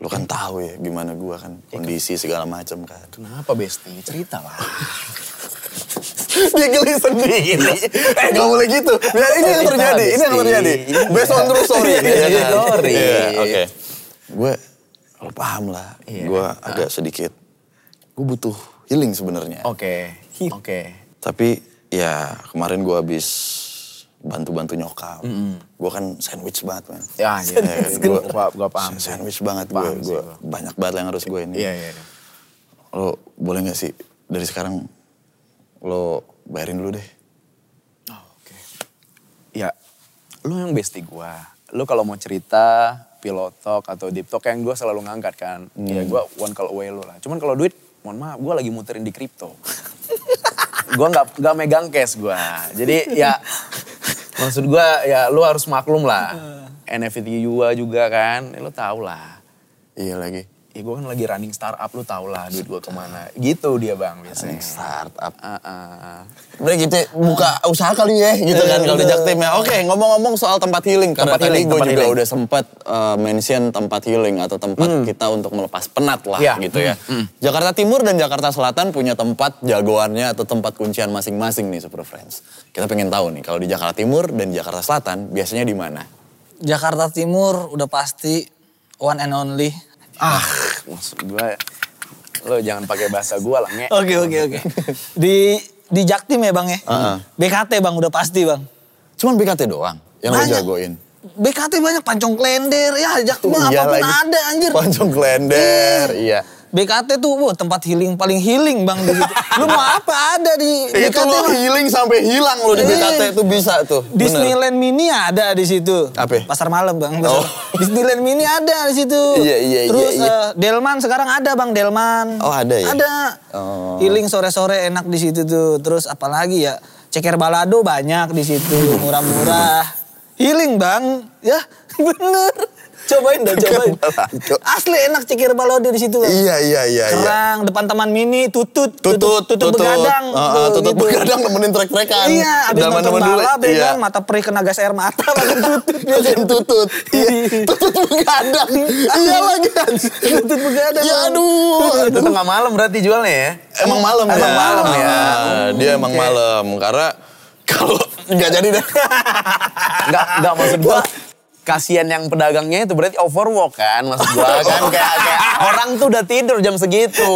lu kan tahu ya gimana gue kan
Iya
kondisi segala macam kan.
Kenapa Besti? Cerita lah.
Dia geli sendiri. eh gak boleh gitu. Biar ini yang
Cerita,
terjadi, ini yang
Besti.
terjadi. Based on true story.
Iya,
ya
iya,
kan?
story.
Iya, Oke. Gue, lo paham lah.
Iya.
Gue agak sedikit, gue butuh healing sebenarnya.
Oke. Oke.
Tapi ya kemarin gue habis bantu-bantu nyokap. Gue kan sandwich banget man.
Ya, iya. Gua, gua, gua paham. sih.
Sandwich banget gue.
Paham sih gua.
Banyak banget yang harus gue ini.
Iya, iya. iya.
Lo boleh gak sih dari sekarang lo bayarin dulu deh.
Oh, oke. Ya, lu yang besti gua. Lu kalau mau cerita pilot talk atau deep talk yang gua selalu ngangkat kan. Ya gua one call away lu lah. Cuman kalau duit, mohon maaf, gua lagi muterin di kripto. gua nggak nggak megang cash gua. Jadi ya maksud gua ya lu harus maklum lah. NFT gua juga kan, ya, lu tau lah.
Iya lagi.
Ya gua kan lagi running startup, lu tau lah duit gua kemana. Gitu dia bang biasanya.
Startup.
Ah, ah, ah.
Udah gitu buka usaha kali ya gitu kan kalau di Jaktim ya. Oke ngomong-ngomong soal tempat healing. Karena
Iya. Tempat
tadi
healing,
gue
tempat
juga
healing. Hmm.
udah sempat eh, mention tempat healing atau tempat kita untuk melepas penat lah
Iya.
gitu ya. Jakarta Timur dan Jakarta Selatan punya tempat jagoannya atau tempat kuncian masing-masing nih Super Friends. Kita pengen tahu nih kalau di Jakarta Timur dan Jakarta Selatan biasanya di mana?
Jakarta Timur udah pasti one and only.
Ah, maksud gue lo jangan pakai bahasa gue lah, nge.
Oke oke oke. Di di Jaktim ya bang ya.
Heeh.
BKT bang udah pasti bang.
Cuman BKT doang yang lo
Banyak.
jagoin.
BKT banyak pancong klender ya Jaktim mah
Iya
apapun
lagi.
ada anjir.
Pancong klender, iya.
BKT tuh wah, tempat healing paling healing bang di situ. Lu mau apa ada di BKT?
Itu lo
mah.
gitu healing sampai hilang lo di
Iya.
BKT itu bisa tuh. Bener.
Disneyland Mini ada di situ.
Apa?
Pasar malam bang.
Oh.
Disneyland Mini ada di situ.
Iya, iya, iya,
Terus
iya.
eh, Delman sekarang ada bang Delman.
Oh, ada ya?
Ada.
Oh.
Healing sore-sore enak di situ tuh. Terus apalagi ya ceker balado banyak di situ murah-murah. Healing bang, ya bener. Cobain dah,
Ceker
cobain.
balado.
Asli enak ceker balado di situ. Bang.
Iya iya iya. iya.
Kerang, depan taman mini, tutut,
Tutut,
tutut, begadang.
Heeh,
tuh,
tutut
gitu.
begadang nemenin trek-trekan.
Iya, abis
Dalaman
nonton
temen dulu,
balap, ya
iya.
kan, mata perih kena gas air mata, makan tutut. dia
Makan tutut. Iya, tutut begadang. Iya lagi. anjir.
Tutut begadang.
Ya aduh.
Itu tengah malam berarti jualnya ya?
Emang malam ya.
Emang malam ya.
Ah, Dia emang malam karena kalau nggak jadi deh.
Enggak, enggak maksud gua kasihan yang pedagangnya itu berarti overwork kan maksud gua kan kayak, kayak orang tuh udah tidur jam segitu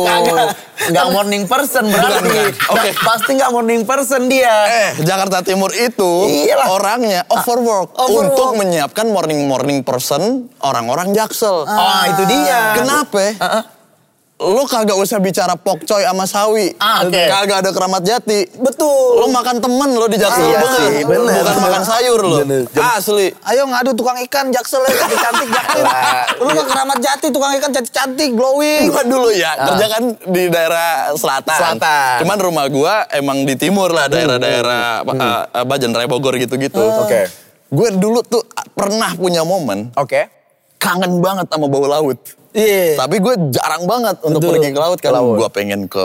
nggak morning person
Bukan,
berarti
bukan. Oke.
Nggak- pasti nggak morning person dia
Eh, Jakarta Timur itu
Iyalah.
orangnya overwork,
Overwork.
untuk menyiapkan morning morning person orang-orang Jaksel.
Ah, itu
Iya.
dia.
Kenapa? Lo kagak usah bicara pokcoy sama sawi.
Ah, oke.
Kagak ada keramat jati.
Betul.
Lo makan temen lo di Jaksel.
Iya
Bener.
sih, bener.
Bukan makan sayur lo.
Bener.
Asli.
Ayo ngadu tukang ikan, jaksel ya, cantik, jaksel.
Wah.
Lu mah keramat jati, tukang ikan cantik-cantik,
iya.
glowing.
Gua dulu ya, kerja kan di daerah selatan.
Ah. Selatan. Hmm,
Cuman rumah gua emang di timur lah, daerah-daerah apa, eh, Bajan Raya Bogor gitu-gitu.
Ah. Oke.
Gue dulu tuh eh, pernah punya momen
oke
kangen banget sama bau laut.
Iya.
Tapi gue jarang banget untuk
Betul.
pergi ke laut
Ke
karena
laut.
gue pengen ke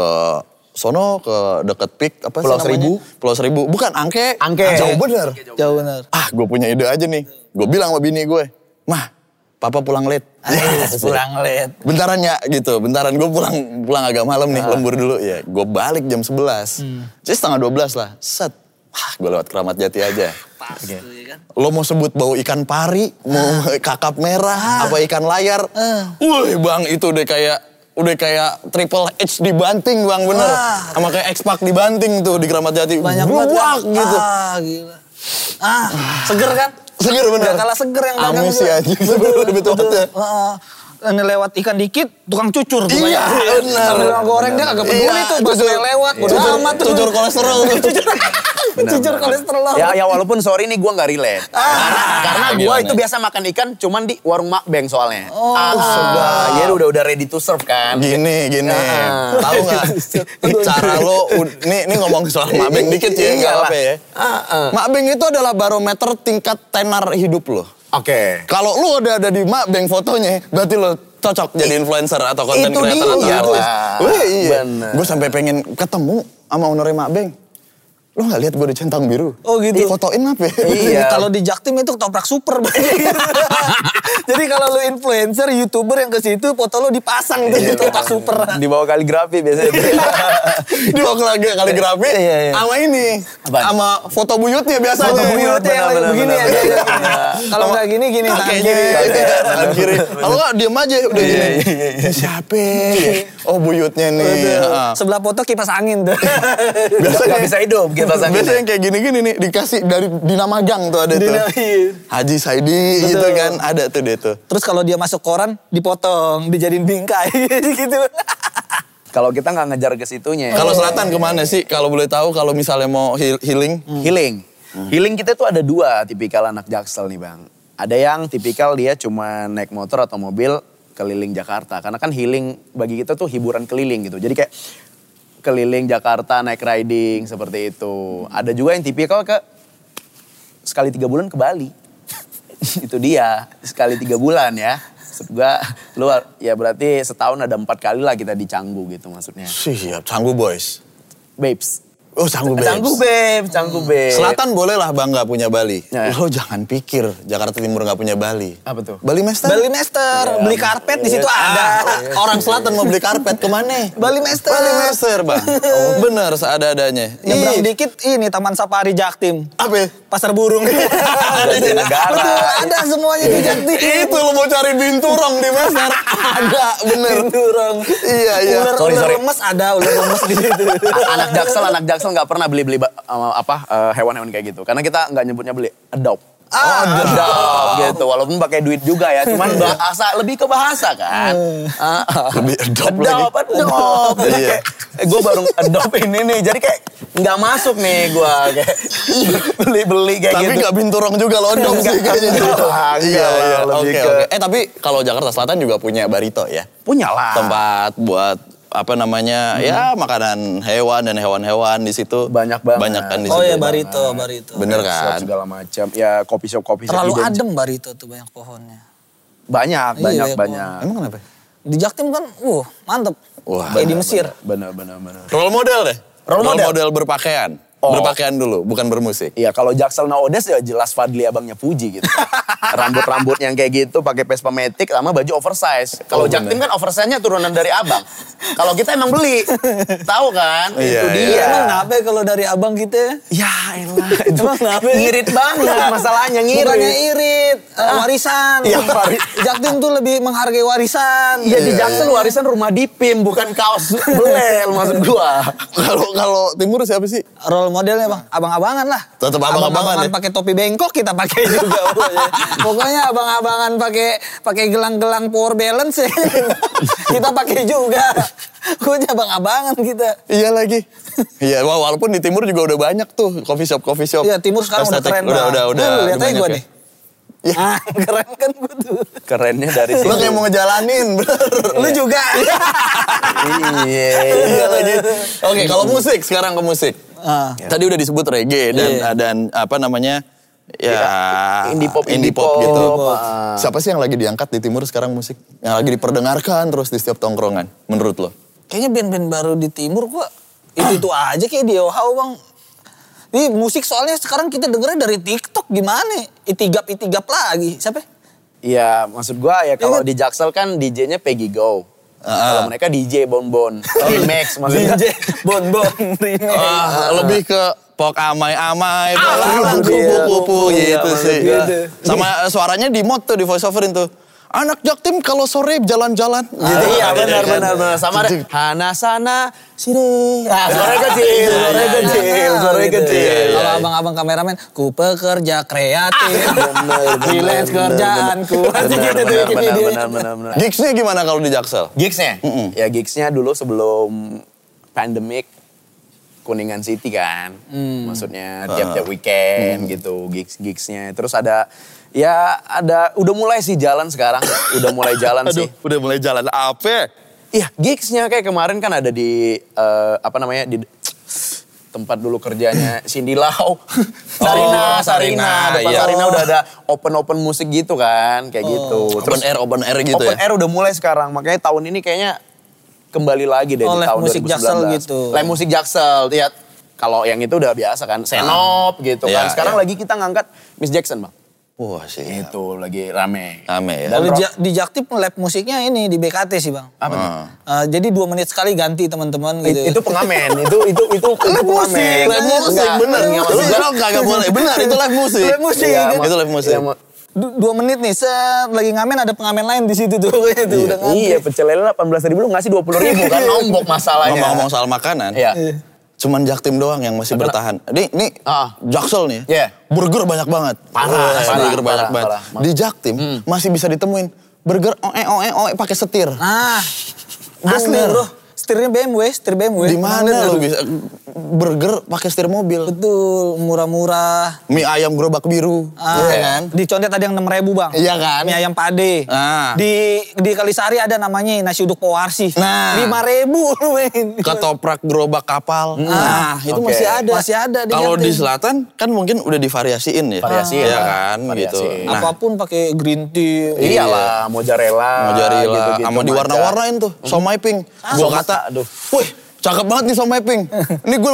sono ke deket pik apa
Pulau
sih namanya?
Seribu?
Pulau Seribu. Bukan Angke. Ah,
Angke.
Jauh bener.
Jauh bener.
Ah, gue punya ide aja nih. Gue bilang sama bini gue, "Mah, papa pulang late."
Ah, iya,
Yes,
Kurang liat.
Bentaran ya gitu, bentaran gue pulang pulang agak malam
Ah.
nih, lembur dulu ya. Gue balik jam 11.
Hmm.
Jadi setengah 12 lah. Set. Wah, gue lewat Keramat Jati aja.
Pas tuh ya kan.
Lo mau sebut bau ikan pari, mau kakap merah, apa ikan layar.
Ah.
Wih bang itu udah kayak udah kayak triple H dibanting bang bener.
Ah.
Sama kayak X-Pac dibanting tuh di Keramat Jati.
Banyak banget.
Bruak,
Bang.
gitu.
Ah, gila. Ah, seger kan?
Seger bener.
Gak kalah seger yang dagang
Amis
gua.
ya anjing. Betul, betul.
Heeh. Ini lewat ikan dikit, tukang cucur. tuh
Iya,
banyak.
benar.
Sambil orang goreng dia agak peduli
Iya,
tuh. Pas
cucur.
dia lewat, bodo
Cucur-
amat tuh.
cucur kolesterol tuh.
Cucur- Cucur kolesterol.
ya ya walaupun sorry nih gua nggak relate karena, karena
Ah. gimana?
gua itu biasa makan ikan cuman di warung makbeng soalnya oh ya udah udah ready to serve kan
Gini, gini.
Ah.
Tahu nggak? Cara lo, ud- nih, nih ngomong soal Mak Beng dikit
Iya,
ya, nggak
Iyalah.
apa ya.
Ah, ah.
Mak Beng itu adalah barometer tingkat tenar hidup lo.
oke
Kalau lo udah ada di Mak Beng fotonya, berarti lo cocok jadi influencer atau konten
Itu
creator atau
dia.
artis. Wih, iya.
Bener.
Gue sampai pengen ketemu sama ownernya Mak Beng. Lo nggak lihat gue di centang biru?
Oh, gitu.
Fotoin apa? ya?
Iya.
Kalau di Jaktim itu ketoprak super banyak. Jadi kalau lu influencer, youtuber yang ke situ foto lu
Iya,
dipasang tuh di ketoprak super.
di bawah kaligrafi biasanya
di kaligrafi, kaligrafi
Iya, iya.
sama ini
Apaan?
sama foto buyutnya biasanya
Foto buyut,
Buyutnya yang
benar,
begini
benar,
aja.
benar.
Kalau nggak gini gini tangan
Tangan
kiri. Iya,
tangan kiri. Kalau nggak diem aja udah gini. Ini Siapa? ya? Oh buyutnya
Iya,
nih.
Betul.
Ah.
Sebelah foto kipas angin tuh.
Biasanya-
Nggak bisa hidup, kita pasang
Biasanya yang kayak gini-gini nih dikasih dari Dinamagang tuh ada tuh.
ya? Dina- iya.
Haji Saidi gitu kan ada tuh dia tuh.
Terus kalau dia masuk koran dipotong, dijadiin bingkai gitu.
Kalau kita nggak ngejar ke situnya. ya.
Kalau
Iya,
selatan kemana sih? Kalau boleh tahu kalau misalnya mau heal- healing.
healing, healing kita tuh ada dua tipikal anak jaksel nih bang. Ada yang tipikal dia cuma naik motor atau mobil keliling Jakarta. Karena kan healing bagi kita tuh hiburan keliling gitu. Jadi kayak keliling Jakarta naik riding seperti itu. Ada juga yang tipikal ke sekali tiga bulan ke Bali. itu dia sekali tiga bulan ya. Maksud gua luar ya berarti setahun ada empat kali lah kita di Canggu gitu maksudnya.
Siap, Canggu Boys.
Babes. Hmm.
Oh, Canggu Babes.
Canggu babes, Canggu babes.
Selatan bolehlah bangga punya Bali.
Ya.
Lo jangan pikir Jakarta Timur nggak punya Bali.
Apa tuh?
Bali Master.
Beli master, beli karpet di situ
Iya, Ah,
ada.
Orang Selatan mau beli karpet kemana?
Bali Master.
Bali Master bang. Bener seada-adanya. Ih,
Nyebrang dikit ini Taman Safari Jaktim.
Apa? ya?
Pasar burung.
di negara.
Betul, ada semuanya di Jaktim.
Itu lo mau cari binturong di Master. Ada bener.
Binturong.
Iya iya.
Ular,
Sorry,
ular
sorry.
lemes ada, ular lemes di situ.
anak jaksel anak jaksel nggak pernah beli beli apa eh, hewan-hewan kayak gitu karena kita nggak nyebutnya beli adopt Oh, dedap gitu. Walaupun pakai duit juga ya, cuman bahasa lebih ke bahasa kan. Ah, ah.
Lebih edop
Edop,
lagi.
edop. Jadi
Iya.
kayak, gue baru edop ini nih. Jadi kayak nggak masuk nih gue kayak beli-beli kayak
Tapi
gitu.
nggak binturong juga lodong sih
Enggak,
kayaknya.
enggak lah,
Iya,
enggak
iya.
lah, lebih
Oke,
ke-
oke. Eh tapi kalau Jakarta Selatan juga punya barito ya.
Punya lah.
tempat buat apa namanya ya makanan hewan dan hewan-hewan di situ
Hmm. Banyak banget. iya,
banyak kan di
Bisa
Oh
situ
ya barito, barito.
bener
Shop
kan
segala macam. Ya kopi shop kopi shop.
Terlalu
di Den-
adem barito tuh banyak pohonnya.
Banyak,
Iya,
banyak,
iya,
banyak.
emang kenapa
Di Jaktim kan, uh mantep.
Wah,
Kayak di Mesir.
Benar, benar, benar.
role model deh
Role model.
berpakaian
Oh.
berpakaian dulu bukan bermusik
Iya kalau Jaksel na Odes ya jelas Fadli abangnya Puji gitu. Rambut-rambut yang kayak gitu pakai Vespa Matic sama baju oversize. Kalau
Oh, bener.
Jaktim kan oversize-nya turunan dari abang. kalau kita emang beli. Tahu kan?
Iya,
itu
iya.
dia.
Emang kenapa ya kalau dari abang kita ya?
Ya elah. Itu
Emang kenapa ya?
ngirit banget masalahnya
Bukannya
ngirit.
irit, eh, warisan.
Iya, wari-
Jaktim tuh lebih menghargai warisan.
Iya di Jaksel warisan rumah Dipim bukan kaos belel maksud gua.
kalau kalau timur siapa sih
Role modelnya bang, abang-abangan lah.
Tetep abang-abangan ya?
pakai topi bengkok kita pakai juga. pokoknya. Pokoknya abang-abangan pakai pakai gelang-gelang power balance ya. kita pakai juga. Pokoknya abang-abangan kita.
iya lagi iya wah, walaupun di timur juga udah banyak tuh coffee shop coffee shop
Iya timur sekarang udah
Estetik,
keren
udah
Bang.
udah udah
Lu Lihat aja
banyak
gue
ya. Iya.
nih. Ah, keren kan gue tuh.
Kerennya dari
Lu kayak mau ngejalanin, bener.
Lu juga.
Iya.
Iya lagi. Oke, kalau musik sekarang ke musik.
Ah.
Tadi udah disebut reggae dan ah,
Iya.
dan apa namanya? Ya,
Indie pop,
indie
indie
pop
pop.
gitu.
Ah.
Siapa sih yang lagi diangkat di timur sekarang musik? Yang lagi diperdengarkan terus di setiap tongkrongan menurut lo?
Kayaknya band-band baru di timur gua itu itu aja kayak di Ohio bang. Ini musik soalnya sekarang kita dengernya dari TikTok gimana? Itigap itigap lagi siapa?
Iya, maksud gua ya kalau di Jaksel kan DJ-nya Peggy Go. Kalau mereka DJ Bonbon, Remax maksudnya.
DJ Iya. Bon Bon Remake.
Ah, lebih ke pok amai-amai,
Ah,
alah,
pok
iya.
kupu-kupu gitu
maksud
sih.
gua. Gitu.
Sama eh, suaranya di mod tuh di voice overin tuh. Anak Jaktim kalau sore jalan-jalan gitu.
iya benar
kan?
benar benar sama deh. Hana sana sini. Ah, suaranya
Iya,
kecil,
iya,
suaranya
iya.
kecil, suaranya
Gitu.
kecil.
Iya, iya.
Kalau abang-abang kameramen, ku pekerja kreatif,
Bener, bener,
freelance
bener,
kerjaanku. gitu,
Benar
Gitu-gitu
benar
bikin
benar
video.
benar benar benar.
Gigsnya gimana kalau di Jaksel?
Gigsnya? Ya gigsnya dulu sebelum pandemic Kuningan City kan.
Hmm.
Maksudnya
Ah.
tiap-tiap weekend gitu gigs gigsnya. Terus ada ya ada udah mulai sih jalan sekarang. udah mulai jalan sih.
udah mulai jalan apa?
Iya gigsnya kayak kemarin kan ada di eh, apa namanya di tempat dulu kerjanya Cindy Lau.
Oh,
Sarina, Sarina,
Sarina,
depan
iya.
Sarina udah ada open-open musik gitu kan, kayak gitu.
Oh, Open air, open air gitu
open
ya.
air udah mulai sekarang makanya tahun ini kayaknya kembali lagi deh
Oh,
di
live
tahun
musik
2019
Jaksel gitu.
live musik jaksel ya kalau yang itu udah biasa kan senop gitu kan
Iya,
sekarang
iya.
lagi kita ngangkat Miss Jackson bang Ah.
Wah sih.
itu lagi rame
Rame ya.
Dan
Kalau
rock-
Ja- di Jaktip lab musiknya ini di BKT sih bang.
apa tuh?
Ah.
Eh, jadi dua menit sekali ganti teman-teman
It-
gitu.
itu pengamen itu itu itu itu
Live musik, live musik, bener.
Enggak,
Lu
maksud
jawab kagak boleh, benar itu live musik.
Live musik,
Iya,
kan?
itu live musik.
Iya, mak-
Du- dua menit nih, set lagi ngamen ada pengamen lain di situ tuh. Itu udah ngantri.
Iya, pecel lele 18 ribu lu ngasih 20 ribu kan nombok masalahnya.
Iya. Ngomong-ngomong soal makanan,
Iya.
cuman Jaktim doang yang masih bertahan. Ini, ini
Ah.
Jaksel nih,
Iya.
burger banyak banget.
Parah,
Wah,
parah,
burger banyak
parah,
banget.
parah.
Di Jaktim masih bisa ditemuin burger oe oe oe pakai setir.
Nah, asli
Bener.
bro. Setirnya BMW, setir BMW.
Di mana
Bener.
lu bisa burger pakai setir mobil?
Betul, murah-murah.
Mie ayam gerobak biru,
Ah,
Iya kan?
Di Condet ada yang 6 ribu bang.
Iya kan?
Mie ayam pade.
Ah.
Di di Kalisari ada namanya nasi uduk powarsi.
Nah.
5 ribu lu men. Ah,
ketoprak gerobak kapal. Nah, itu
Oke.
masih ada.
Masih ada di
Kalau
Jatim.
di selatan kan mungkin udah divariasiin ya.
Variasiin,
ya
Pak.
kan gitu.
Variasiin.
Nah,
Apapun pakai green tea. Iya,
Iyalah, Iya mozzarella,
Iya. mozzarella
gitu-gitu,
sama
maca.
diwarna-warnain tuh, somai pink. Gua
Somai-
kata,
aduh.
"Wih, cakep banget nih somai pink." Ini gue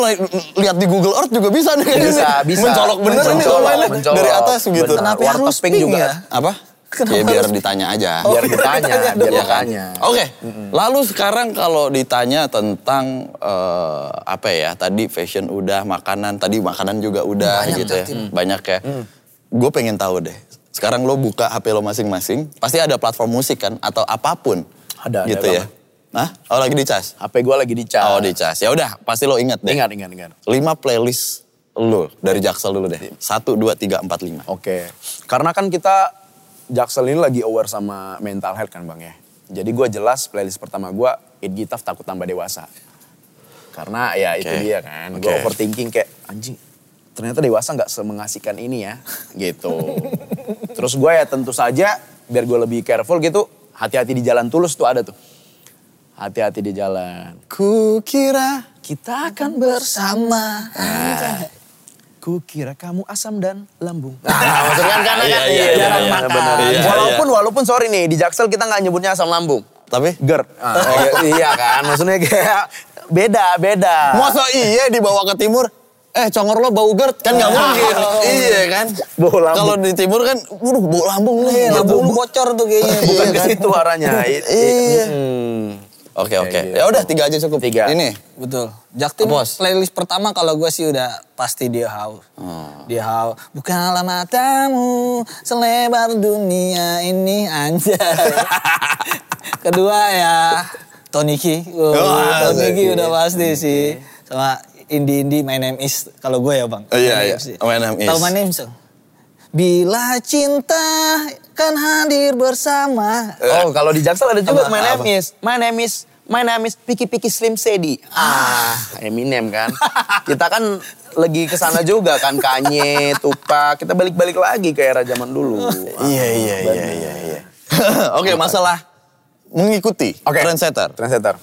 lihat di Google Earth juga bisa nih kayaknya
Bisa,
nih.
bisa.
Mencolok bener nih
Mencolok,
somainya
mencolok.
dari atas gitu.
Benar.
Kenapa
Warteg
harus
pink
pink
juga.
ya?
Apa?
Kenapa
ya biar
harus-
ditanya aja.
biar
Oh,
Iya
ditanya,
kan?
ditanya
biar
dulu.
ditanya.
Oke, lalu sekarang kalau ditanya tentang eh, apa ya tadi fashion udah, makanan tadi makanan juga udah gitu ya, banyak ya.
Mm.
Gue pengen tahu deh. Sekarang lo buka HP lo masing-masing, pasti ada platform musik kan atau apapun.
Ada, ada
gitu ya. Nah, oh lagi dicas.
HP gue lagi dicas.
Oh dicas. Ya udah, pasti lo inget deh.
Ingat, ingat, ingat.
Lima playlist Lu dari Jaksel dulu deh. Satu, dua, tiga, empat, lima.
Oke. Karena kan kita Jaksel ini lagi aware sama mental health kan Bang ya. Jadi gue jelas playlist pertama gue It Gitaf Takut Tambah Dewasa. Karena ya itu
Oke.
dia kan. Gue
Oke.
overthinking kayak anjing ternyata dewasa nggak semengasihkan ini ya gitu. Terus gue ya tentu saja biar gue lebih careful gitu hati-hati di jalan tulus tuh ada tuh. Hati-hati di jalan.
Kukira
Kita akan bersama. Kukira kamu asam dan lambung. Nah, maksudnya kan karena
Iya,
kan
iya, iya,
jarang
iya,
makan.
benar, iya,
walaupun walaupun sorry nih di Jaksel kita nggak nyebutnya asam lambung.
Tapi?
Ger. Ah, iya- iya kan, maksudnya kayak beda beda.
Masa iya dibawa ke timur? Eh congor lo bau gerd kan nggak mungkin. iya kan?
Bau lambung.
Kalau di timur kan, waduh bau lambung nih.
Iya, lambung lu bocor tuh kayaknya.
Bukan ke situ arahnya. I- i-
Iya.
mm.
Oke oke.
Kayak gitu.
Ya udah tiga aja cukup.
Tiga.
Ini.
Betul. Jaktim
Bos.
playlist pertama kalau gue sih udah pasti dia haus.
Oh.
Dia haus. Bukanlah matamu selebar dunia ini anjay. Kedua ya Tony Ki.
Wah,
Wow, Tony
Oh, Tony
Ki
Ki.
udah pasti sih. Sama Indi Indi My Name Is kalau gue ya bang.
Oh, iya,
My
iya.
Name Is.
My Name Is.
Tahu My Name Is? Bang? Bila cinta kan hadir bersama.
Eh,
Oh, kalau di Jaksel ada juga
Apa-
My Name
apa?
Is. My Name Is. My name is Piki Piki Slim Sedi. Ah, Eminem kan. kita kan lagi ke sana juga kan Kanye, Tupac. Kita balik-balik lagi ke era zaman dulu. Ah,
Iya iya iya
benar.
iya. iya. Oke masalah mengikuti
Oke.
trendsetter.
Trendsetter.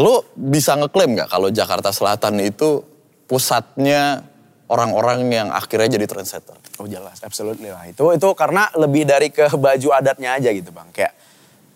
Lu bisa ngeklaim nggak kalau Jakarta Selatan itu pusatnya orang-orang yang akhirnya jadi trendsetter?
Oh jelas, absolutely lah. Itu itu karena lebih dari ke baju adatnya aja gitu bang. Kayak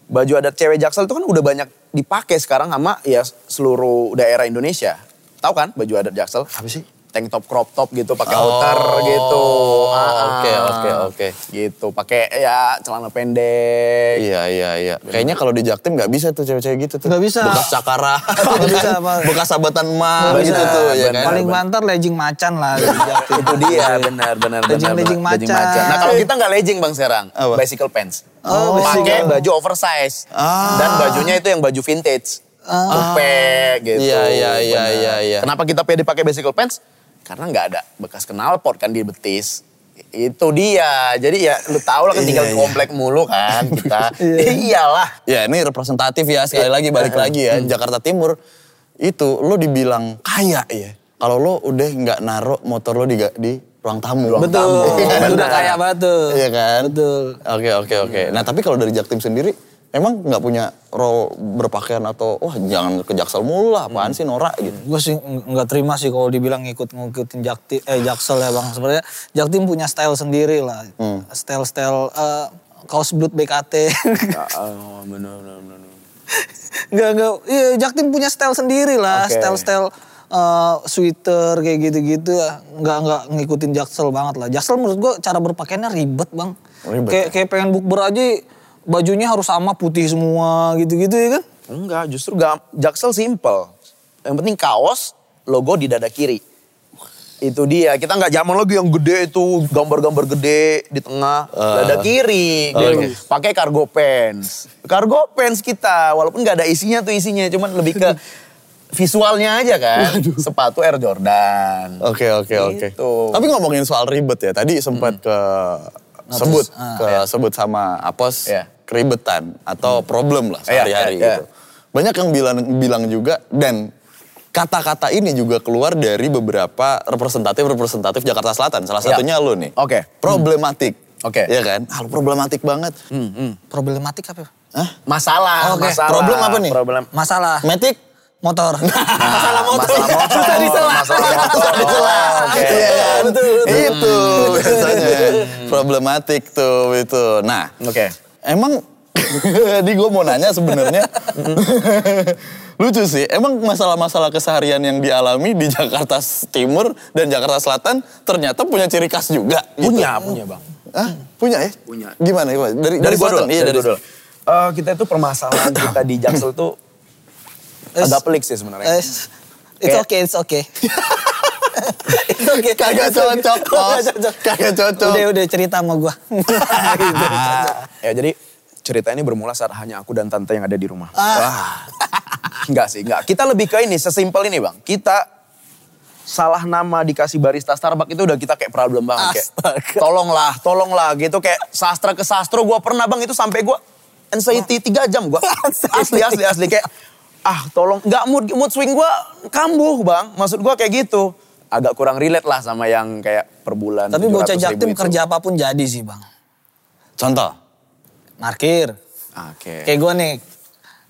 baju adat cewek Jaksel itu kan udah banyak dipakai sekarang sama ya seluruh daerah Indonesia. Tahu kan baju adat Jaksel? Apa sih? Tank top crop top gitu, pakai
Oh,
outer gitu. Ah,
oke, oke, oke.
Gitu, pakai ya celana pendek.
Iya iya iya. Kayaknya kalau di Jaktim nggak bisa tuh cewek-cewek gitu tuh.
Nggak bisa.
Bekas cakara.
Nggak bisa, Pak.
Bekas sahabatan emak
Nggak
gitu
bisa.
tuh ya kan.
Iya, Paling banter legging macan lah. di Jaktim.
itu dia Iya, benar benar benar.
Legging- legging
benar.
macan.
Nah, kalau kita nggak legging Bang Serang,
Apa?
bicycle pants.
Oh,
pakai
bicycle.
baju oversize.
Ah.
Dan bajunya itu yang baju vintage. Tupe gitu.
Iya, iya, iya,
Benar.
iya, iya.
Kenapa kita pede pakai bicycle pants? Karena nggak ada bekas knalpot kan di betis. Itu dia. Jadi ya lu tau lah kan tinggal
Iya,
di
iya.
komplek mulu kan kita. Iyalah.
Ya ini representatif ya sekali lagi balik lagi ya Jakarta Timur itu lo dibilang kaya ya kalau lo udah nggak naruh motor lo di ga- di ruang tamu. Ruang
Betul. Udah kaya banget tuh.
Iya kan?
Betul.
Oke oke oke. Nah tapi kalau dari Jaktim sendiri emang nggak punya roh berpakaian atau wah jangan ke Jaksel mulu lah apaan sih norak gitu.
Gue sih ng- nggak terima sih kalau dibilang ngikut ngikutin jakti eh jaksel ya bang. Sebenarnya jaktim punya style sendiri lah.
Hmm.
Style style eh, kaos blut BKT.
Oh, benar benar benar.
Nggak nggak. Iya jaktim punya style sendiri lah.
Oke.
Style style sweater kayak gitu-gitu ya nggak nggak ngikutin jaksel banget lah jaksel menurut gue cara berpakaiannya ribet bang
Ribet,
kayak kayak pengen bukber aja bajunya harus sama putih semua gitu-gitu ya kan
Enggak, justru gam- Jaksel simple. Yang penting kaos, logo di dada kiri. Itu dia, kita nggak zaman lagi yang gede itu, gambar-gambar gede di tengah,
Ah.
dada kiri.
Oke.
Pakai cargo pants. Cargo pants kita, walaupun nggak ada isinya tuh isinya, cuman lebih ke visualnya aja kan. Sepatu Air Jordan.
Oke oke oke.
Gitu. Hmm.
Tapi ngomongin soal ribet ya tadi sempat ke sebut
ah,
ke sebut sama Apos
Iya.
keribetan atau problem lah
Iya,
sehari-hari
iya, iya.
gitu. Banyak yang bilang bilang juga dan kata-kata ini juga keluar dari beberapa representatif representatif Jakarta Selatan. Salah
Iya.
satunya lo nih.
Oke. Hmm.
Problematik.
Oke. Hmm.
Iya kan? Ah, lu problematik banget. Hmm.
problematik apa ya?
Hah?
Masalah,
Oke.
masalah.
Oh, Problem apa nih?
Problem.
masalah
Metik?
motor
Masalah motor. Masalah motor.
Susah disela.
Masalah motor.
Susah disela.
Oke.
Iya Hmm. kan?
Betul, betul.
Oh, Itu biasanya. Problematik tuh itu. Nah,
Oke.
emang di gue mau nanya sebenarnya. Lucu sih, emang masalah-masalah keseharian yang dialami di Jakarta Timur dan Jakarta Selatan ternyata punya ciri khas juga. gitu.
Punya, punya bang.
Hah? Punya ya?
Punya.
Gimana? gimana? Dari,
dari, gua
Selatan?
dulu.
Iya, dari,
gua dulu. Eh, kita itu permasalahan kita di Jaksel tuh agak pelik sih sebenarnya.
It's, it's okay, it's okay. it's okay.
Kagak
it's okay.
cocok, Kos.
Kagak cocok.
Kagak cocok.
Udah, udah cerita sama gua. Gitu.
ya jadi cerita ini bermula saat hanya aku dan tante yang ada di rumah.
Ah.
Wah. Enggak sih, enggak. Kita lebih ke ini, sesimpel ini bang. Kita salah nama dikasih barista Starbucks itu udah kita kayak problem banget kayak
Astaga.
tolonglah tolonglah gitu kayak sastra ke sastro gue pernah bang itu sampai gue anxiety tiga jam gue asli asli asli kayak ah tolong nggak mood mood swing gue kambuh bang maksud gue kayak gitu agak kurang relate lah sama yang kayak per bulan
Tapi bocah
700.000
jaktim
itu.
kerja apapun jadi sih bang.
Contoh.
Markir.
oke
Kayak gue nih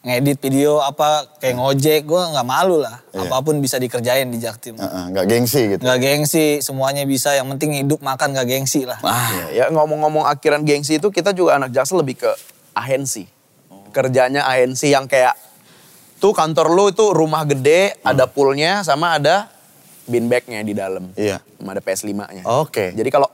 ngedit video apa kayak ngojek gue nggak malu lah.
Iya.
Apapun bisa dikerjain di jaktim.
Heeh, nggak gengsi gitu.
Nggak gengsi, semuanya bisa. Yang penting hidup makan nggak gengsi lah.
Ah,
Ya, ya ngomong-ngomong akhiran gengsi itu kita juga anak jaksa lebih ke ahensi.
Oh.
Kerjanya ahensi yang kayak tuh kantor lu itu rumah gede,
Hmm.
ada poolnya sama ada bin bagnya di dalam.
Iya.
Sama ada PS5-nya.
Oke.
Jadi kalau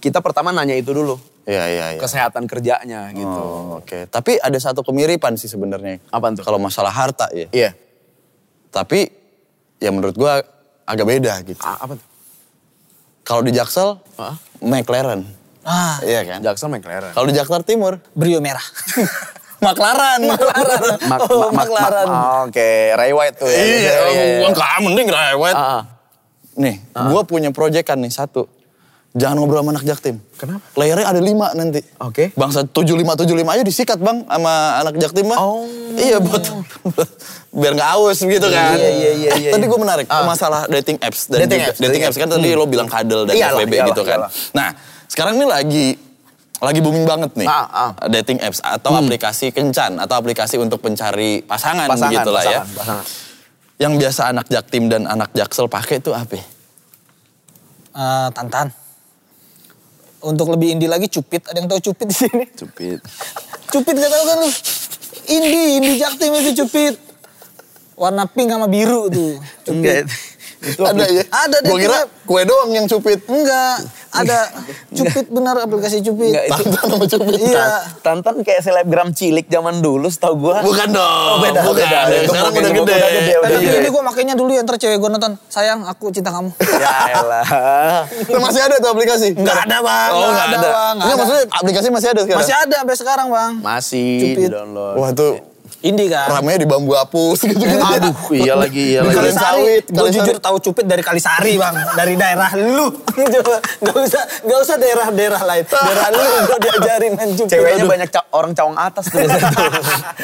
kita pertama nanya itu dulu,
iya iya iya.
kesehatan kerjanya gitu.
Oh, oke. Tapi ada satu kemiripan sih sebenarnya.
Apaan tuh?
Kalau masalah harta ya.
Iya.
Tapi ya menurut gua agak beda gitu.
A- apa tuh?
Kalau di Jaksel,
Hah?
McLaren.
Ah,
Iya kan?
Jaksa McLaren.
Kalau di Jakarta Timur,
brio merah.
Maklaran. Maklaran.
Mak-
oh,
mak- mak-
Maklaran.
oh, Oke, Ray White tuh ya.
Iya,
Iya, iya.
enggak mending rewet.
Ah, ah.
Nih, gua punya proyekan nih satu. Jangan ngobrol sama anak jaktim.
Kenapa?
Layarnya ada lima nanti.
Oke.
Bangsa 75-75 aja disikat bang sama anak jaktim mah.
Oh.
Iya buat biar nggak aus gitu kan.
Iya, iya, iya, iya.
Tadi gue menarik
Ah.
masalah dating apps dan
Dating
juga-
apps,
dating
dating
apps kan tadi lo bilang kadel dan
Iyalah,
FWB
iyalah,
gitu kan.
iyalah.
Nah, sekarang ini lagi lagi booming banget nih
Ah, ah.
dating apps atau aplikasi kencan atau aplikasi untuk pencari pasangan,
Pasangan,
gitu lah ya.
pasangan, pasangan.
Yang biasa anak jaktim dan anak jaksel pakai itu apa? ya?
Eh, tantan. Untuk lebih indie lagi cupit. Ada yang tahu cupit di sini?
Stupid.
Cupit gak tau kan lu? Indie, indie jaktim itu cupid. Warna pink sama biru tuh.
Enggak. Itu
ada ya?
Ada deh,
Gua kira
kita-
kue doang yang cupid.
Oh,
Enggak, ada cupit benar aplikasi cupit.
Enggak, itu-
Tantan sama cupid.
Iya.
Tantan Kan? kayak selebgram cilik zaman dulu setahu gua.
Bukan dong.
Oh, beda,
bukan.
beda.
Sekarang
Bukan,
udah
bukan,
gede.
udah gede, udah
Tapi
gede.
Iya,
ini gue makainya dulu ya, ntar cewek gue nonton. Sayang, aku cinta kamu.
Ya elah.
Itu masih ada tuh aplikasi? Enggak ada, Bang. nggak
Oh, nggak ada.
Bang. Nggak,
Nggak ada.
maksudnya aplikasi masih ada sekarang?
Masih ada sampai sekarang bang.
Masih
Cupid.
di download.
Wah, tuh
Indie kan.
ramenya di bambu apus gitu-gitu.
Aduh, iya lagi, iya
Di
lagi.
Kalisari. sawit,
Gue
kalian
jujur
sawit.
tahu cupit dari Kalisari bang, dari daerah lu. Coba, gak usah, gak usah daerah-daerah lain. Daerah lu gue diajarin main cupit.
Ceweknya
Aduh, oh.
banyak ca- orang cawang atas tuh biasanya tuh.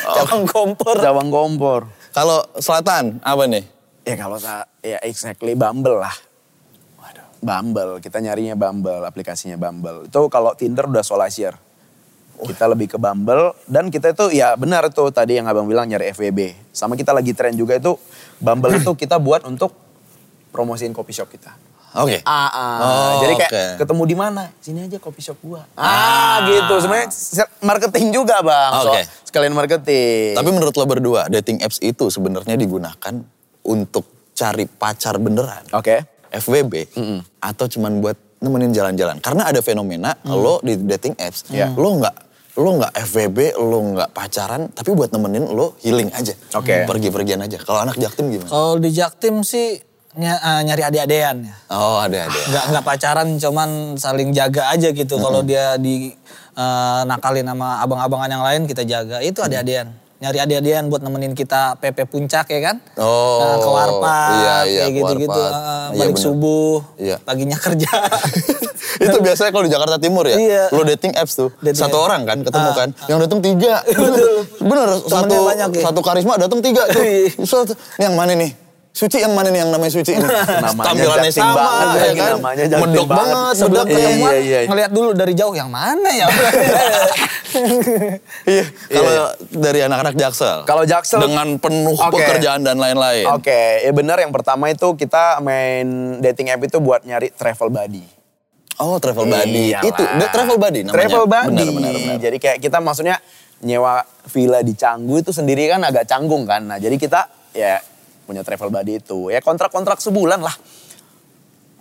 cabang kompor.
Cawang kompor.
Kalau selatan apa nih?
Ya kalau sa- ya exactly Bumble lah. Waduh. Bumble, kita nyarinya Bumble, aplikasinya Bumble. Itu kalau Tinder udah solasier. Kita lebih ke Bumble dan kita itu ya benar tuh tadi yang Abang bilang nyari FWB. Sama kita lagi tren juga itu Bumble itu kita buat untuk promosiin kopi shop kita.
Oke.
Ah, ah.
Oh,
jadi kayak
oke.
ketemu di mana? Sini aja kopi shop gua. Ah, gitu. Sebenarnya se- marketing juga, Bang. So,
Oke.
sekalian marketing.
Tapi menurut lo berdua, dating apps itu sebenarnya digunakan untuk cari pacar beneran.
Oke.
FWB atau cuman buat nemenin jalan-jalan. Karena ada fenomena lo di dating apps,
Iya.
lo nggak lo nggak FWB, lo nggak pacaran, tapi buat nemenin lo healing aja.
Oke.
Pergi-pergian aja. Kalau anak jaktim gimana?
Kalau di Jaktim sih ny- eh, nyari adik-adean ya.
Oh ada ada.
nggak nggak pacaran cuman saling jaga aja gitu kalau dia di eh, nakalin sama abang-abangan yang lain kita jaga itu adik-adian nyari adik-adian buat nemenin kita PP puncak ya kan
Oh,
Eh, ke warpat
iya, iya,
kayak
ke
gitu-gitu
warpat.
Eh,
Iya,
balik
bener.
subuh
Iya.
paginya kerja
Itu biasanya kalau di Jakarta Timur ya,
Iya.
lo dating apps tuh
Dating
satu
apps.
orang kan ketemu
Ah,
kan, yang datang tiga, bener satu
banyak ya.
satu karisma datang tiga tuh,
Iya.
Satu- ini yang mana nih? Suci yang mana nih yang namanya Suci?
Namanya
Tampilannya
jaktim
sama,
banget
ya
lagi,
kan?
namanya jaktim
Medok
banget.
banget,
sebelum
medok
Iya,
banget.
ketemuan
iya, iya.
ngeliat dulu dari jauh yang mana ya
Iya, kalau
iya.
dari anak-anak Jaksel.
Kalau Jaksel-
dengan penuh
Oke.
pekerjaan dan lain-lain.
Oke, ya benar yang pertama itu kita main dating app itu buat nyari travel buddy.
Oh, travel buddy.
Iyalah.
Itu the travel buddy namanya.
Iya Travel buddy.
Benar, benar, benar.
Jadi kayak kita maksudnya nyewa villa di Canggu itu sendiri kan agak canggung kan. Nah, jadi kita ya punya travel buddy itu. Ya kontrak-kontrak sebulan lah.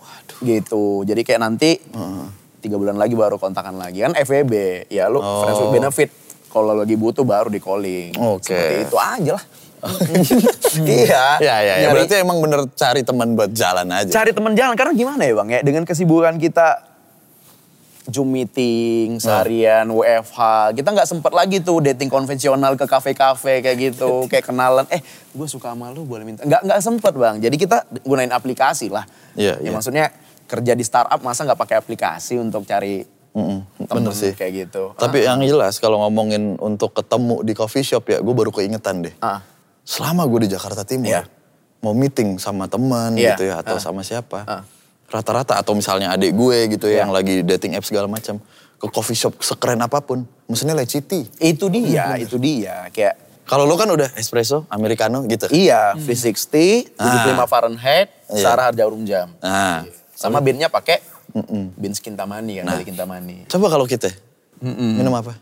Waduh. Gitu. Jadi kayak nanti tiga bulan lagi baru kontakan lagi kan FWB. Ya lu
Oh.
friends with benefit. Kalau lagi butuh baru di calling.
Oke.
Seperti itu aja lah. iya.
Ya, ya, ya.
Nyari-
Berarti emang bener cari teman buat jalan aja.
ya? cari teman jalan karena gimana ya bang ya dengan kesibukan kita Zoom
Nah.
meeting seharian, WFH. Kita nggak sempet lagi tuh dating konvensional ke kafe-kafe kayak gitu, kayak kenalan. Eh, gue suka sama lu boleh minta. Nggak nggak sempet bang. Jadi kita gunain aplikasi lah.
Iya, iya.
Ya, maksudnya kerja di startup masa nggak pakai aplikasi untuk cari
Mm-mm,
temen
Hmm, bener sih.
kayak gitu.
Tapi yang jelas kalau ngomongin untuk ketemu di coffee shop ya gue baru keingetan deh.
Ah.
Selama gue di Jakarta Timur
Iya.
mau meeting sama teman
Iya,
gitu ya atau
ah.
sama siapa.
Ah.
Rata-rata atau misalnya adik gue gitu ya
Iya.
yang lagi dating app segala macam ke coffee shop sekeren apapun mesinnya leciti.
Itu
Iya,
dia, itu dia. Kayak
Kalau lo kan udah espresso, americano gitu.
Iya, V60,
Ah.
75 Fahrenheit,
Iya.
Sarah harga jarum jam.
Nah,
Sama binnya pakai bin Kintamani kan, dari Kintamani.
coba kalau kita minum apa?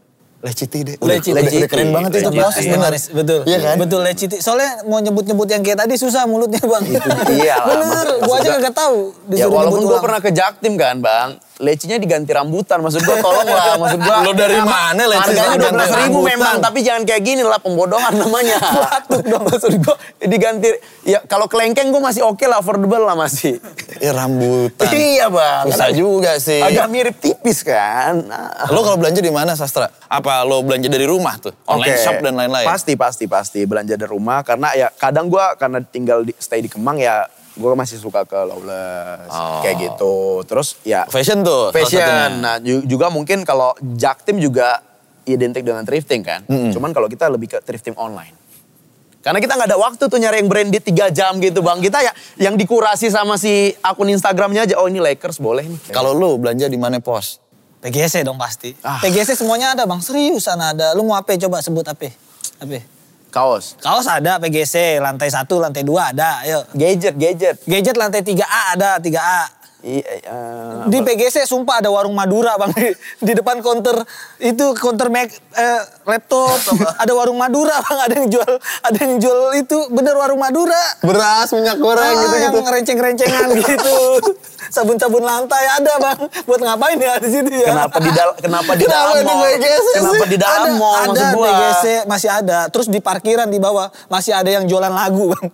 Leciti deh. Udah-
Leciti.
udah- udah keren banget itu
Leciti.
proses benar.
Benar, betul.
Iya kan?
Betul leciti. Soalnya mau nyebut-nyebut yang kayak tadi susah mulutnya bang.
dia lah.
Bener, gua aja
Maksudnya-
kagak tahu.
Ya
disuruh
walaupun
nyebut
gue
ulang.
pernah ke Jaktim kan bang, lecinya diganti rambutan. Maksud gue tolong lah, maksud gue.
Lo dari mana leci
Harganya
diganti
dua belas ribu
rambutan?
memang, tapi jangan kayak gini lah pembodohan namanya. Batu dong maksud gue diganti. Ya kalau kelengkeng gue masih oke lah, affordable lah masih.
Eh, rambutan.
Iya bang.
Susah juga sih. Ah,
Agak mirip tipis kan. Nah.
Lo kalau belanja di mana sastra? Apa lo belanja dari rumah tuh? Online
Oke.
shop dan lain-lain.
Pasti, pasti, pasti. Belanja dari rumah. Karena ya kadang gue karena tinggal di, stay di Kemang ya gue masih suka ke Lawless.
Oh.
Kayak gitu. Terus ya
Fashion tuh. salah
fashion.
satunya.
Nah ju- juga mungkin kalau Jaktim juga identik dengan thrifting kan. Cuman kalau kita lebih ke thrifting online. Karena kita nggak ada waktu tuh nyari yang branded 3 jam gitu bang. Kita ya yang dikurasi sama si akun Instagramnya aja. Oh ini Lakers boleh nih.
Kalau lo belanja di mana pos?
PGC dong pasti.
Ah.
PGC semuanya ada bang, seriusan ada. Lu mau apa? Coba sebut apa? Apa?
kaos.
Kaos ada PGC, lantai 1, lantai 2 ada, ayo.
Gadget, gadget.
Gadget lantai 3A ada, 3A.
I- eh,
Di PGC sumpah ada warung Madura bang. Di, di depan counter, itu counter Mac, eh, laptop. ada warung Madura bang, ada yang jual, ada yang jual itu. Bener warung Madura.
Beras, minyak
Ah,
gitu,
Yang renceng-rencengan gitu. Sabun-sabun lantai ada bang. Buat ngapain ya di situ ya?
Kenapa di dalam kenapa di
Kenapa
dalam
di
mall?
BGC sih?
Kenapa di dalam
ada,
mall
ada
maksud gua?
BGC masih ada. Terus di parkiran di bawah masih ada yang jualan lagu bang.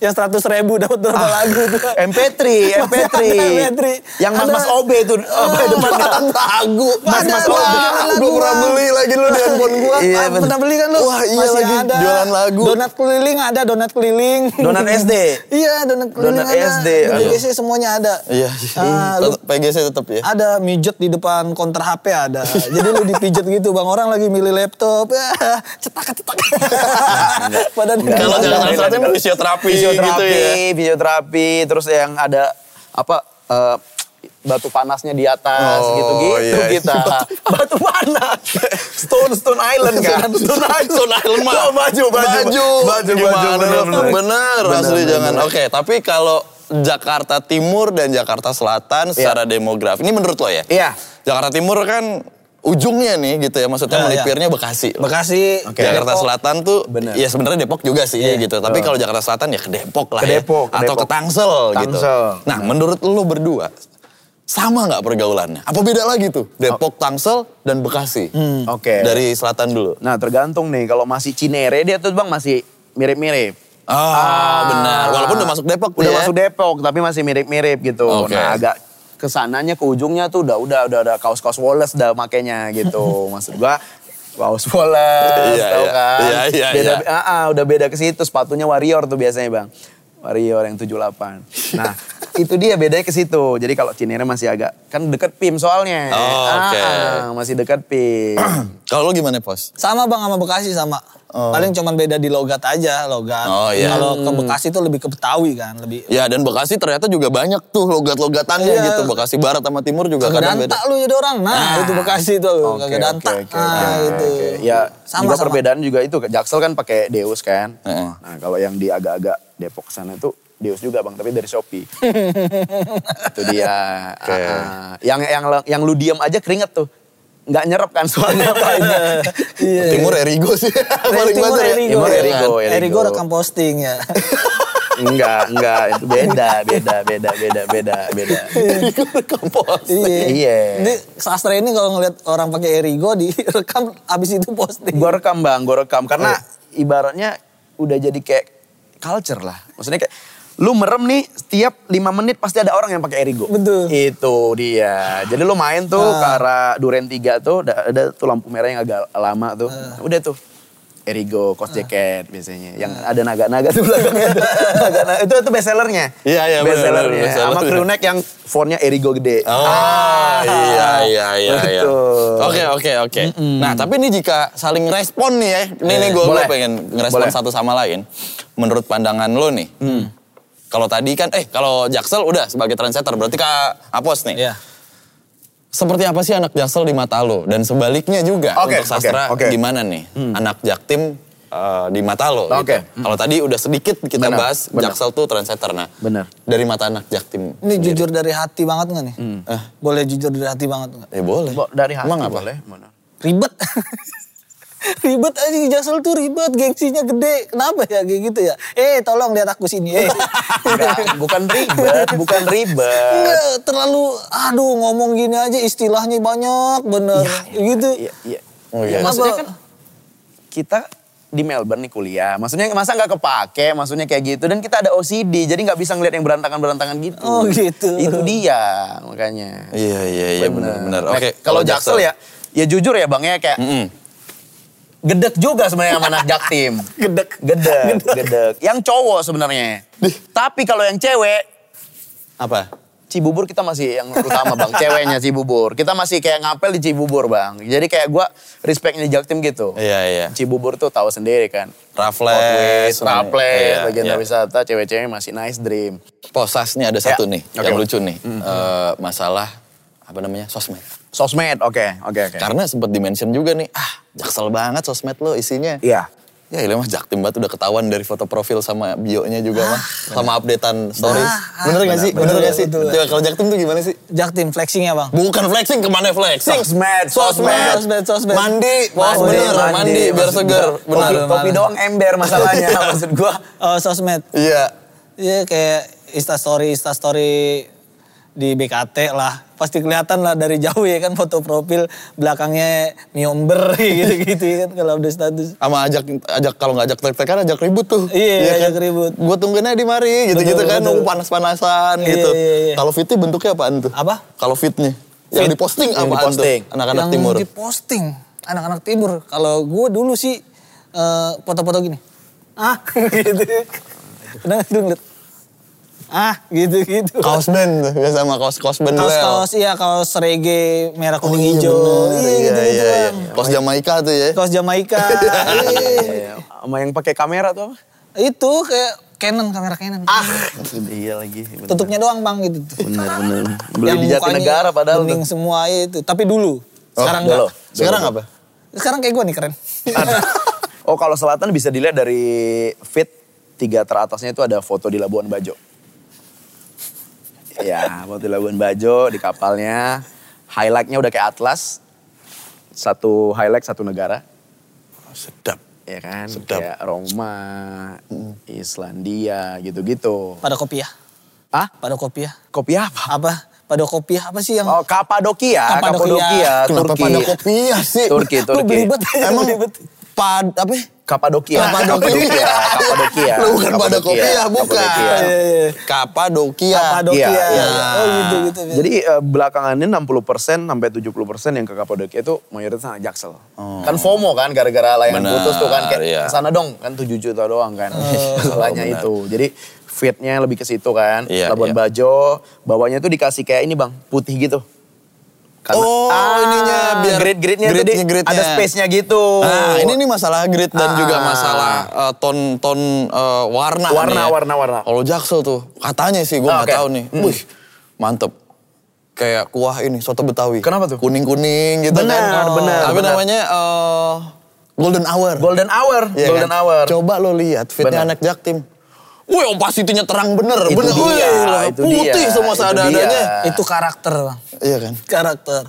Yang seratus ribu dapat berapa
Ah,
lagu tuh?
MP3, MP3.
Masih ada MP3.
Yang
Ada.
Mas-mas OB itu apa
Ah.
depannya?
Lagu.
Mas-
Ada
mas
lagu.
lagu, lagu,
Gua pernah
Bang.
beli lagi lo di handphone gua.
Iya,
Ah,
bener.
pernah beli kan lu?
Wah, iya
Masih
lagi,
ada.
jualan lagu.
Donat keliling ada, donat keliling.
Donat SD?
iya, donat keliling
Donat
ada.
SD,
Di
aduh.
BGC semuanya ada.
Iya,
Ah, lu
tetep PGC tetap ya.
ada mijet di depan counter HP ada. Jadi lu dipijet gitu bang orang lagi milih laptop, ya, cetak cetak. Padahal
Enggak,
Kalau jangan
enggak, enggak,
salah
enggak.
fisioterapi gitu
fisioterapi,
ya.
fisioterapi, terus yang ada apa eh, batu panasnya di atas
Oh, iya.
gitu-gitu kita. batu panas. Stone Stone Island kan. Stone Island.
Stone Island mah.
Oh, baju, baju.
Baju.
Baju, baju,
Gimana
bener,
lo?
bener.
Bener,
Bener,
asli
bener,
jangan.
bener.
Oke, tapi kalau Jakarta Timur dan Jakarta Selatan secara demografi. Ini menurut lo ya?
Iya.
Jakarta Timur kan ujungnya nih gitu ya. Maksudnya
Iya, iya.
melipirnya Bekasi.
Bekasi.
Oke.
Jakarta
Depok.
Selatan tuh
Bener. Iya,
ya sebenarnya Depok juga sih gitu. Tapi
betul.
kalau Jakarta Selatan ya ke Depok lah
Ke
ya.
Depok, ke
Atau ke
Depok.
Tangsel, gitu.
Tangsel.
Nah menurut lu berdua sama nggak pergaulannya? Apa beda lagi tuh Depok, Tangsel, dan Bekasi?
Oh. Hmm, Oke.
Dari Selatan dulu.
Nah tergantung nih kalau masih Cinere dia tuh bang masih mirip-mirip.
Oh benar. Walaupun udah masuk Depok
Ah. Udah
ya.
masuk Depok tapi masih mirip-mirip gitu.
Oke.
Nah agak kesananya ke ujungnya tuh udah udah udah ada kaos-kaos Wallace dah makainya gitu. Maksud gua kaos Wallace
Iya,
tau
iya.
kan.
Iya, iya,
beda,
iya.
ah, ah, udah beda ke situ sepatunya Warrior tuh biasanya bang. Warrior yang 78. Nah itu dia bedanya ke situ. Jadi kalau Cinere masih agak kan deket PIM soalnya.
Oh, oke.
Ah, ah, masih deket PIM.
Kalau lu gimana pos?
Sama bang sama Bekasi sama. Paling cuman beda di logat aja, logat.
Oh, iya.
Kalau ke Bekasi tuh lebih ke Betawi kan, lebih
Ya dan Bekasi ternyata juga banyak tuh logat-logatannya
Iya.
gitu. Bekasi Barat sama Timur juga
kagak
kadang
dantak
beda.
lu jadi orang. Nah,
Ah.
itu Bekasi tuh
Oke,
kagak dantak.
oke, oke,
nah,
oke,
itu.
oke. Ya,
sama
juga
sama.
perbedaan juga itu. Jaksel kan pakai Deus kan.
Heeh.
Nah, kalau yang di agak-agak Depok sana itu Deus juga Bang, tapi dari Shopee. itu dia.
Oke.
Ah, ah. yang yang yang lu diam aja keringet tuh. Nggak nyerap kan soalnya
Iya.
Timur Erigo sih. Paling
Timur
banter ya.
Erigo.
Timur Erigo,
Erigo.
Erigo.
rekam posting ya.
enggak, enggak, itu beda, beda, beda, beda, beda, beda.
Erigo rekam pos.
Iya.
Iya.
Jadi sastra ini kalau ngelihat orang pakai Erigo direkam abis itu posting.
Gue rekam Iya. bang, gue rekam. Karena ibaratnya udah jadi kayak culture lah. Maksudnya kayak Lu merem nih setiap 5 menit pasti ada orang yang pakai Erigo.
Betul.
Itu dia. Jadi lu main tuh ke arah Duren 3 tuh ada, ada tuh lampu merah yang agak lama tuh. Udah tuh. Erigo, kos jacket biasanya. Yang ada naga-naga tuh belakangnya. tuh. Ah. Naga-naga. itu itu best sellernya.
Iya, iya, bener,
Best sellernya.
bener, best seller
Sama
tuh.
crew neck yang fontnya Erigo gede.
Oh iya iya iya iya.
Ah. Betul.
Oke oke oke. Nah tapi ini jika saling respon nih ya. Ini nih gue
Boleh.
pengen ngerespon
Boleh.
satu sama lain. Menurut pandangan lo nih. Kalau tadi kan eh kalau Jaksel udah sebagai trendsetter berarti Kak Apos nih.
Iya.
Seperti apa sih anak Jaksel di mata lo dan sebaliknya juga
Oke,
untuk sastra
oke, oke.
gimana nih anak Jaktim eh, di mata lo. gitu.
Oke.
Kalau tadi udah sedikit kita
Benar,
bahas
benar.
Jaksel tuh trendsetter. Nah
Benar.
dari mata anak Jaktim. Iya.
Ini
Iya.
jujur dari hati banget nggak nih?
Hmm.
Eh.
Boleh jujur dari hati banget nggak?
Eh boleh.
Bo- Dari hati
Emang apa?
boleh. Mana?
Ribet. ribet aja di Jaksel tuh ribet, gengsinya gede. Kenapa ya kayak gitu ya? Eh tolong lihat aku sini. Eh.
Enggak, bukan ribet, bukan ribet.
Enggak, Iya, terlalu aduh ngomong gini aja istilahnya banyak bener gitu.
Iya, iya.
Oh, iya.
Ya, maksudnya
Apa-
kan kita di Melbourne nih kuliah. Maksudnya masa nggak kepake, maksudnya kayak gitu. Dan kita ada OCD, jadi nggak bisa ngeliat yang berantakan-berantakan gitu.
Oh, gitu.
Itu dia makanya.
Iya iya iya benar-benar.
Nah,
Oke. Hmm.
Kalau Jaksel ya, ya jujur ya Bang ya kayak
Mm-mm.
gedek juga sebenarnya sama anak Jaktim.
Gedek.
Gedek, gedek. Yang cowok sebenarnya. Tapi kalau yang cewek
apa?
Cibubur kita masih yang utama bang, ceweknya Cibubur. Kita masih kayak ngapel di Cibubur bang. Jadi kayak gua respectnya Jaktim gitu.
Iya iya.
Cibubur tuh tahu sendiri kan.
Raffles,
Outways, Raples,
iya,
bagian
iya.
wisata, cewek-cewek masih nice dream.
Posas nih ada satu
Ya,
nih
oke, Mm-hmm.
yang
boleh.
lucu nih. Eh, masalah apa namanya? sosmed.
Sosmed, oke, oke, oke.
Ya. Karena sempat dimention juga nih, ah jaksel banget sosmed lo isinya.
Iya.
Ya ilah mas Jaktim banget udah ketahuan dari foto profil sama bionya juga mah. Sama updatean stories.
Ah,
bener gak
benar,
sih? Bener,
benar,
gak sih?
betul.
Coba kalau Jaktim tuh gimana sih?
Jaktim flexing ya bang.
Bukan flexing, kemana flexing?
Sosmed,
sosmed,
sosmed, sosmed.
Mandi, bos
Mandi,
bener, mandi, biar
maksud
seger.
gua,
Benar.
Topi, topi
Benar.
doang ember masalahnya, maksud gua.
Oh, sosmed.
Iya,
Iya kayak instastory instastory di BKT lah. Pasti kelihatan lah dari jauh ya kan foto profil belakangnya miomber gitu-gitu ya kan kalau udah status.
sama ajak ajak kalau nggak ajak tek-tekan ajak ribut tuh.
Iya, ajak
kan?
ribut.
Gue tungguinnya di mari gitu-gitu
Betul,
kan
betul.
nunggu panas-panasan gitu.
iya, iya.
Kalau fitnya bentuknya apaan tuh?
Apa?
Kalau fitnya yang
Fit.
diposting
Yang
apaan
diposting.
tuh? Anak-anak
Yang
timur.
diposting anak-anak timur. Kalau gue dulu sih eh, foto-foto gini. Ah gitu. Pernah nggak tuh ngeliat? Ah gitu-gitu.
Kaos band tuh, biasa sama kaos kaos band duel.
Kaos-kaos iya kaos reggae merah
Oh,
kuning
iya,
hijau.
bener.
Iya
Iya,
gitu-gitu.
iya, iya.
Bang.
Kaos Jamaika tuh ya.
Kaos Jamaika. Iya.
Iya, Sama yang pakai kamera tuh apa?
itu kayak Canon kamera Canon
Iya lagi. bener.
tutupnya doang bang gitu
Bener, bener. Beli di Jatinegara padahal tuh.
bening semua iya, itu tapi
Oh,
dulu sekarang
dulu.
enggak
Sekarang apa?
sekarang kayak gue nih keren
Oh kalau selatan bisa dilihat dari fit tiga teratasnya itu ada foto di Labuan Bajo. Ya foto di Labuan Bajo di kapalnya. Highlightnya udah kayak atlas. Satu highlight satu negara.
Sedap.
Ya kan?
Sedap.
Kayak Roma, Islandia gitu-gitu.
pada kopiah
Ah
pada kopiah
kopi apa?
apa pada kopiah apa sih yang
Oh Kapadokia,
Kapadokia.
Kapadokia,
Kenapa
Turki.
pada kopiah sih?
Turki,
Lu
Turki.
belibet aja,
Emang-
belibet. Pad, apa? ya?
Kapadokia.
Kapadokia.
Kapadokia.
Lu bukan pada kopiah, bukan.
Kapadokia.
Kapadokia.
Kapadokia
Iya,
iya.
oh gitu gitu
Jadi eh, belakangannya 60% sampai 70% yang ke Kapadokia itu mayoritas anak Jaksel. Kan FOMO kan gara-gara layanan
Oh. Benar,
putus tuh kan kayak
iya. Oh.
kesana dong kan 7 juta doang kan. Masalahnya
Benar.
itu. Jadi fitnya lebih ke situ kan.
Iya,
Labuan
iya.
Bajo bawahnya tuh dikasih kayak ini Bang, putih gitu. ah,
Oh, ininya biar
grid-gridnya tuh di-
grid-gridnya.
ada space-nya gitu.
Nah, ini nih masalah grid dan
Ah.
juga masalah eh, ton-ton eh, warna.
Warna,
nih ya.
warna, warna.
Kalau Jaksel tuh, katanya sih gue
Ah,
nggak
oke.
tahu nih.
Hmm.
Wih, mantep. Kayak kuah ini, soto Betawi.
Kenapa tuh?
Kuning-kuning gitu
Benar,
kan.
benar,
Tapi
benar.
namanya eh, golden hour.
Golden hour,
Iya
golden
kan?
hour.
Coba lo lihat fitnya
Benar.
anak Jaktim. Wih, opacity-nya terang bener.
Itu
bener.
dia,
Wih, lah,
itu
putih
dia,
semua
itu
seada-adanya.
dia.
itu karakter bang
Iya kan?
karakter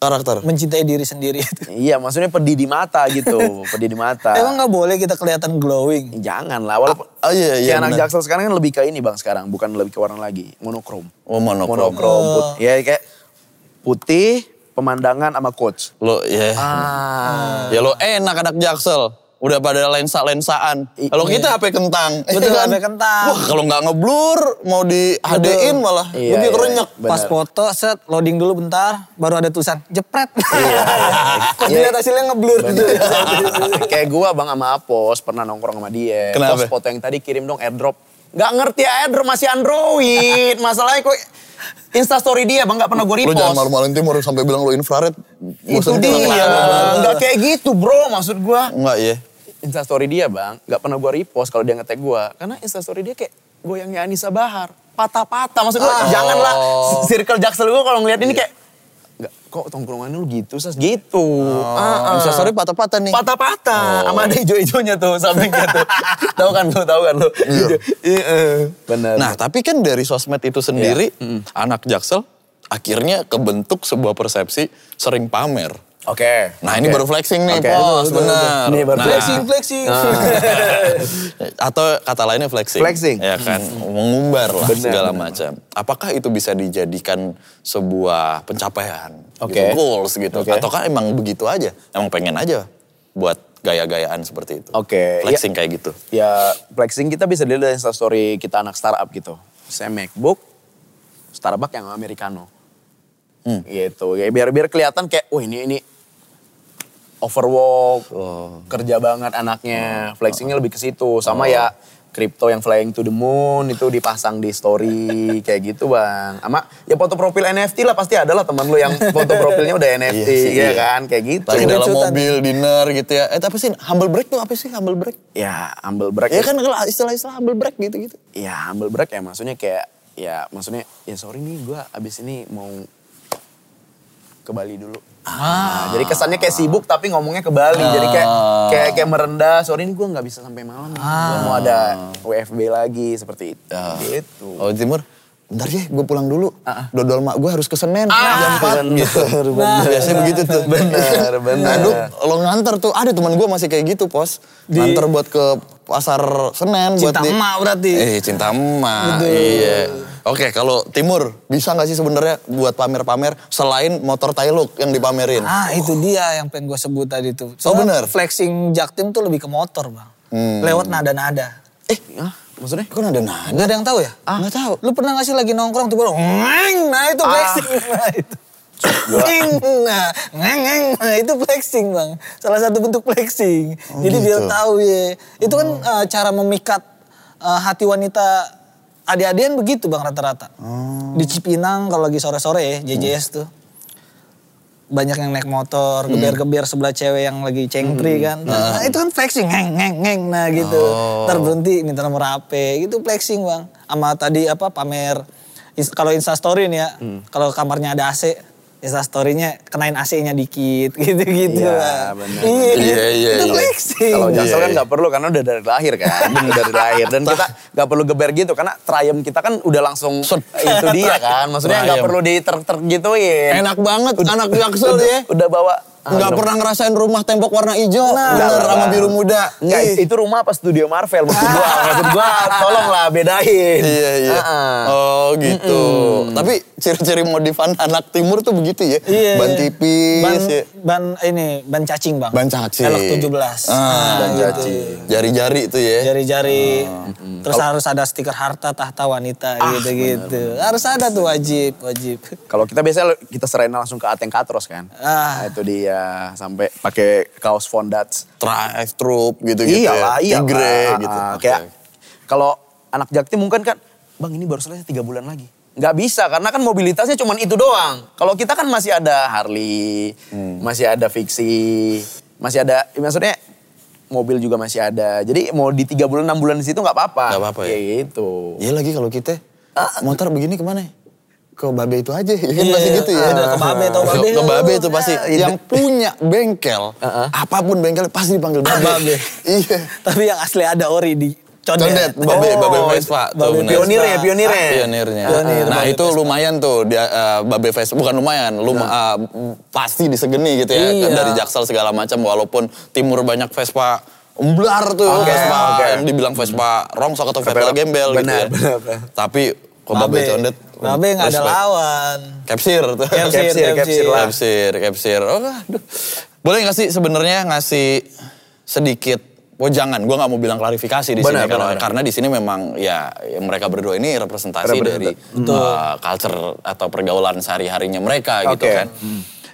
Karakter.
mencintai diri sendiri itu
Iya, maksudnya pedi di mata gitu, pedi di mata.
emang nggak boleh kita kelihatan glowing
Jangan lah, walaupun
Ah, iya, iya,
si anak
benar.
jaksel sekarang kan lebih ke ini bang sekarang, bukan lebih ke warna lagi, monokrom.
Oh, monokrom.
put- ya kayak putih, pemandangan sama coach.
Lo, ya.
Ah.
Ya lo enak anak Jaksel. Udah pada lensa-lensaan.
I-
Kalau
iya.
kita HP kentang.
Betul,
iya kan?
HP kentang.
Wah, kalau nggak ngeblur, mau di HD-in malah.
Iya,
Lebih
iya,
kerenyek.
iya.
Pas
Benar.
foto set loading dulu bentar baru ada tulisan jepret. Kok
Iya.
dilihat hasilnya ngeblur gitu.
Kayak gua bang sama Apos pernah nongkrong sama dia.
Kenapa?
Pos foto yang tadi kirim dong airdrop. Gak ngerti ya, airdrop masih Android. Masalahnya kok instastory dia bang gak pernah gue
Lu
repost.
jangan malu-maluin tim harus sampai bilang lu infrared.
Itu
Bosen
dia.
banget.
Gak kayak gitu bro maksud gua.
Enggak ya.
Instastory dia bang, gak pernah gue repost kalau dia ngetek gue. Karena instastory dia kayak goyangnya Anissa Bahar. Patah-patah. Maksud gue
Oh.
janganlah circle jaksel gue kalau ngeliat ini
Iya.
kayak. Gak, kok tongkrongannya lu gitu sas? Gitu.
Oh.
Ah, ah.
Instastory patah-patah nih. Oh.
Patah-patah. Sama ada hijau-hijaunya tuh sampingnya tuh. tahu kan lu, tahu kan lu. Hijau. Iya. Bener.
Nah, tapi kan dari sosmed itu sendiri,
Iya.
anak jaksel akhirnya kebentuk sebuah persepsi sering pamer.
oke.
Nah, ini
Oke.
baru flexing nih,
Oke.
Pos.
Betul, betul,
Benar.
betul. Ini baru
Nah.
flexing.
flexing.
Atau kata lainnya flexing.
Flexing.
Ya kan, mengumbar lah
Benar,
segala
benar.
macam. Apakah itu bisa dijadikan sebuah pencapaian?
Oke.
Gitu, goals gitu.
Oke.
Ataukah emang begitu aja? Emang pengen aja buat gaya-gayaan seperti itu.
Oke,
Flexing kayak gitu.
ya flexing kita bisa dilihat dari instastory kita anak startup gitu. Saya MacBook, Starbucks yang Americano.
Hmm.
Gitu. Ya, biar biar kelihatan kayak, wah ini ini overwork,
Oh.
kerja banget anaknya. Flexingnya lebih ke situ. Sama ya kripto yang flying to the moon itu dipasang di story kayak gitu bang. Sama ya foto profil NFT lah pasti ada lah teman lu yang foto profilnya udah NFT
Iya sih,
ya
iya.
kan kayak gitu.
Lagi dalam
Lucutan.
mobil, dinner gitu ya. Eh tapi sih humble break tuh apa sih humble break?
Ya humble brag
Ya kan kalau istilah-istilah humble break gitu-gitu.
ya humble brag ya maksudnya kayak ya maksudnya ya sorry nih gue abis ini mau ke Bali dulu. Nah, jadi kesannya kayak sibuk tapi ngomongnya ke Bali. Jadi kayak
Ah.
kayak kayak merendah. Sorry ini gue nggak bisa sampai malam. nih. Gua mau ada WFB lagi seperti itu. Gitu.
Oh Timur, bentar ya gue pulang dulu. Dodol mak gue harus ke Senen jam 4 gitu.
bener.
Biasanya begitu tuh.
Bener, bener.
Aduh, lo nganter tuh. Ada teman gue masih kayak gitu pos. Nganter buat ke pasar Senen. buat
Cinta
di-
emak berarti.
Iya.
Eh cinta emak. Iya. Oke kalau Timur bisa gak sih sebenarnya buat pamer-pamer selain motor Tailuk yang dipamerin?
Ah itu dia yang pengen gue sebut tadi tuh.
Oh, bener.
Flexing jaktim tuh lebih ke motor bang.
Hmm.
Lewat nada-nada.
Eh
Hah? maksudnya?
kok nada nada?
Gak ada yang tahu ya?
Ah. Gak tau.
Lu pernah gak sih lagi nongkrong tiba ngeng, nah itu flexing. Nah itu. Ngeng, nah, ngeng, ngeng, nah itu flexing bang. Salah satu bentuk flexing. Jadi biar
gitu.
tahu ya. Itu kan eh, cara memikat eh, hati wanita adik-adian begitu bang rata-rata. Di Cipinang kalau lagi sore-sore ya, JJS tuh. Banyak yang naik motor, geber-geber sebelah cewek yang lagi cengkri
Hmm.
kan.
Ah.
Nah, itu kan flexing, ngeng, ngeng, ngeng, nah gitu.
Oh.
Ntar berhenti minta nomor HP, gitu flexing bang. Sama tadi apa pamer, Ins- kalau instastory nih ya,
Hmm.
kalau kamarnya ada AC, instastory-nya kenain AC-nya dikit, gitu-gitu
Iya,
lah.
benar.
Iya,
Iya,
gitu.
iya,
itu
iya.
flexing.
Kalau jaksel
Iya,
kan
iya.
nggak perlu karena udah dari lahir kan, udah dari lahir dan kita nggak perlu geber gitu karena triumph kita kan udah langsung
Set.
itu dia kan, maksudnya nggak
Triumph.
perlu diter ter gituin.
Enak banget anak jaksel ya.
Udah bawa.
Nggak
Aduh.
pernah ngerasain rumah tembok warna hijau.
Enggak
bener sama
lah, Bang.
biru muda.
Enggak,
Ih.
itu rumah apa studio Marvel maksud gua. maksud gua tolonglah bedain.
Iya iya.
Ah, ah.
Oh gitu. Tapi ciri-ciri modifan anak timur tuh begitu ya.
Iya.
Ban tipis.
Ban,
ya.
ban ini, ban cacing bang.
Ban cacing.
Elok 17.
Ah,
Nah,
ban
gitu.
cacing. Jari-jari tuh ya.
Jari-jari.
oh.
Terus harus ada stiker harta tahta wanita
Ah,
gitu-gitu. Harus ada tuh wajib, wajib.
Kalau kita biasanya kita serena langsung ke Ateng Katros kan. Nah,
Ah.
itu dia sampai pakai kaos Fondats.
Drive through gitu-gitu
Iyalah,
ya.
iya.
Tigre gitu.
Kayak
Oke.
kalau anak Jakti mungkin kan, bang ini baru selesai tiga bulan lagi. Nggak bisa karena kan mobilitasnya cuma itu doang. Kalau kita kan masih ada Harley, masih ada fiksi, masih ada, ya maksudnya mobil juga masih ada. Jadi mau di tiga bulan enam bulan di situ nggak apa-apa.
Nggak apa-apa ya?
Kayak gitu.
Iya lagi kalau kita motor begini kemana ya? Ke babe itu aja ya kan
Iya,
pasti gitu ya.
ada ke babe atau babe.
Ke babe itu pasti.
Iya.
Yang punya bengkel, apapun bengkel pasti dipanggil babe.
Babe.
iya.
Tapi yang asli ada ori di
Condet,
condet.
babe, babe
Oh,
Vespa.
Babe
benar.
pionir ya, pionir ya?
Pionirnya.
Pionir,
nah
babe
itu lumayan tuh, dia, eh, babe Vespa, bukan lumayan, lum, eh, pasti disegeni gitu ya.
Iya.
Dari Jaksel segala macam, walaupun timur banyak Vespa umblar tuh.
Oke,
Vespa,
oke.
yang dibilang Vespa rongsok atau Vespa
Benar,
gembel gitu ya.
benar, benar.
Tapi kok Oh, babe, condet.
Babe nggak ada
respect.
lawan.
Capsir tuh.
Capsir,
Capsir, capsir lah.
Capsir, capsir. Oh, aduh. Boleh nggak sih sebenarnya ngasih sedikit Oh jangan, gue nggak mau bilang klarifikasi di
Benar,
sini karena
benar.
karena di sini memang ya, ya mereka berdua ini representasi
Representa-
dari uh, culture atau pergaulan sehari-harinya mereka gitu
Oke. Hmm.
kan.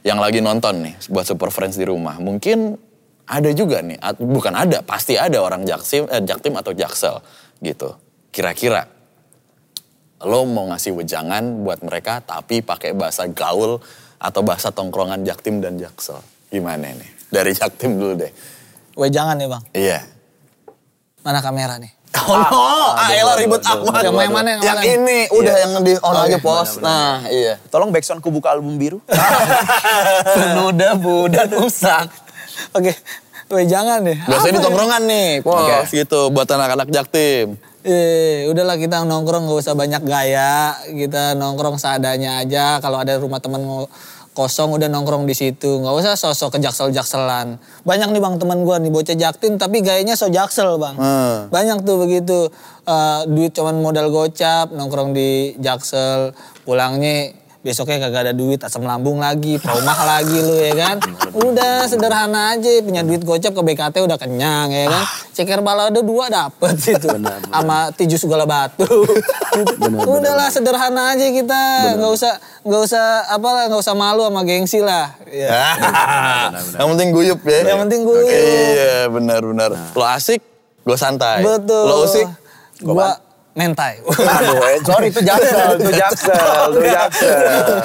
Yang lagi nonton nih buat Super Friends di rumah, mungkin ada juga nih, at- bukan ada, pasti ada orang jaksim, eh, jaktim atau jaksel gitu. Kira-kira lo mau ngasih wejangan buat mereka tapi pakai bahasa gaul atau bahasa tongkrongan jaktim dan jaksel, gimana nih? Dari jaktim dulu deh,
Weh jangan nih bang.
iya.
Mana kamera nih?
Oh no, ah, elah
aduh,
ribet
aduh,
Ahmad.
aduh, aduh.
Yang
Yang
ini udah yang di on
Oke,
aja pos.
Iya. Oh,
Nah,
benar-benar.
iya.
Tolong backsound ku buka album biru.
Penuh debu dan rusak. Oke, weh jangan deh.
Biasanya di
Apa ya?
tongkrongan nih, pos gitu buat anak-anak jaktim.
Eh, udahlah kita nongkrong nggak usah banyak gaya, kita nongkrong seadanya aja. Kalau ada rumah temen ngo- kosong udah nongkrong di situ, nggak usah sosok kejaksel-jakselan. Banyak nih bang teman gua nih bocah jaktin tapi gayanya so jaksel bang.
Hmm.
Banyak tuh begitu Eh, duit cuman modal gocap, nongkrong di jaksel, pulangnya besoknya kagak ada duit, asam lambung lagi, trauma lagi lu ya kan. Udah sederhana aja, punya duit gocap ke BKT udah kenyang ya kan. Ceker balado dua dapet itu. Sama tiju segala batu. Udahlah sederhana aja kita, nggak usah nggak usah apalah nggak usah malu sama gengsi lah. Ya.
Ah. yang penting guyup ya.
Yang penting guyup.
Oke, Iya, benar-benar. Lo asik, gue santai.
Betul.
Lo usik,
Gua mentai.
Nah.
Aduh, eh, sorry itu jaksel, itu jaksel, itu jaksel.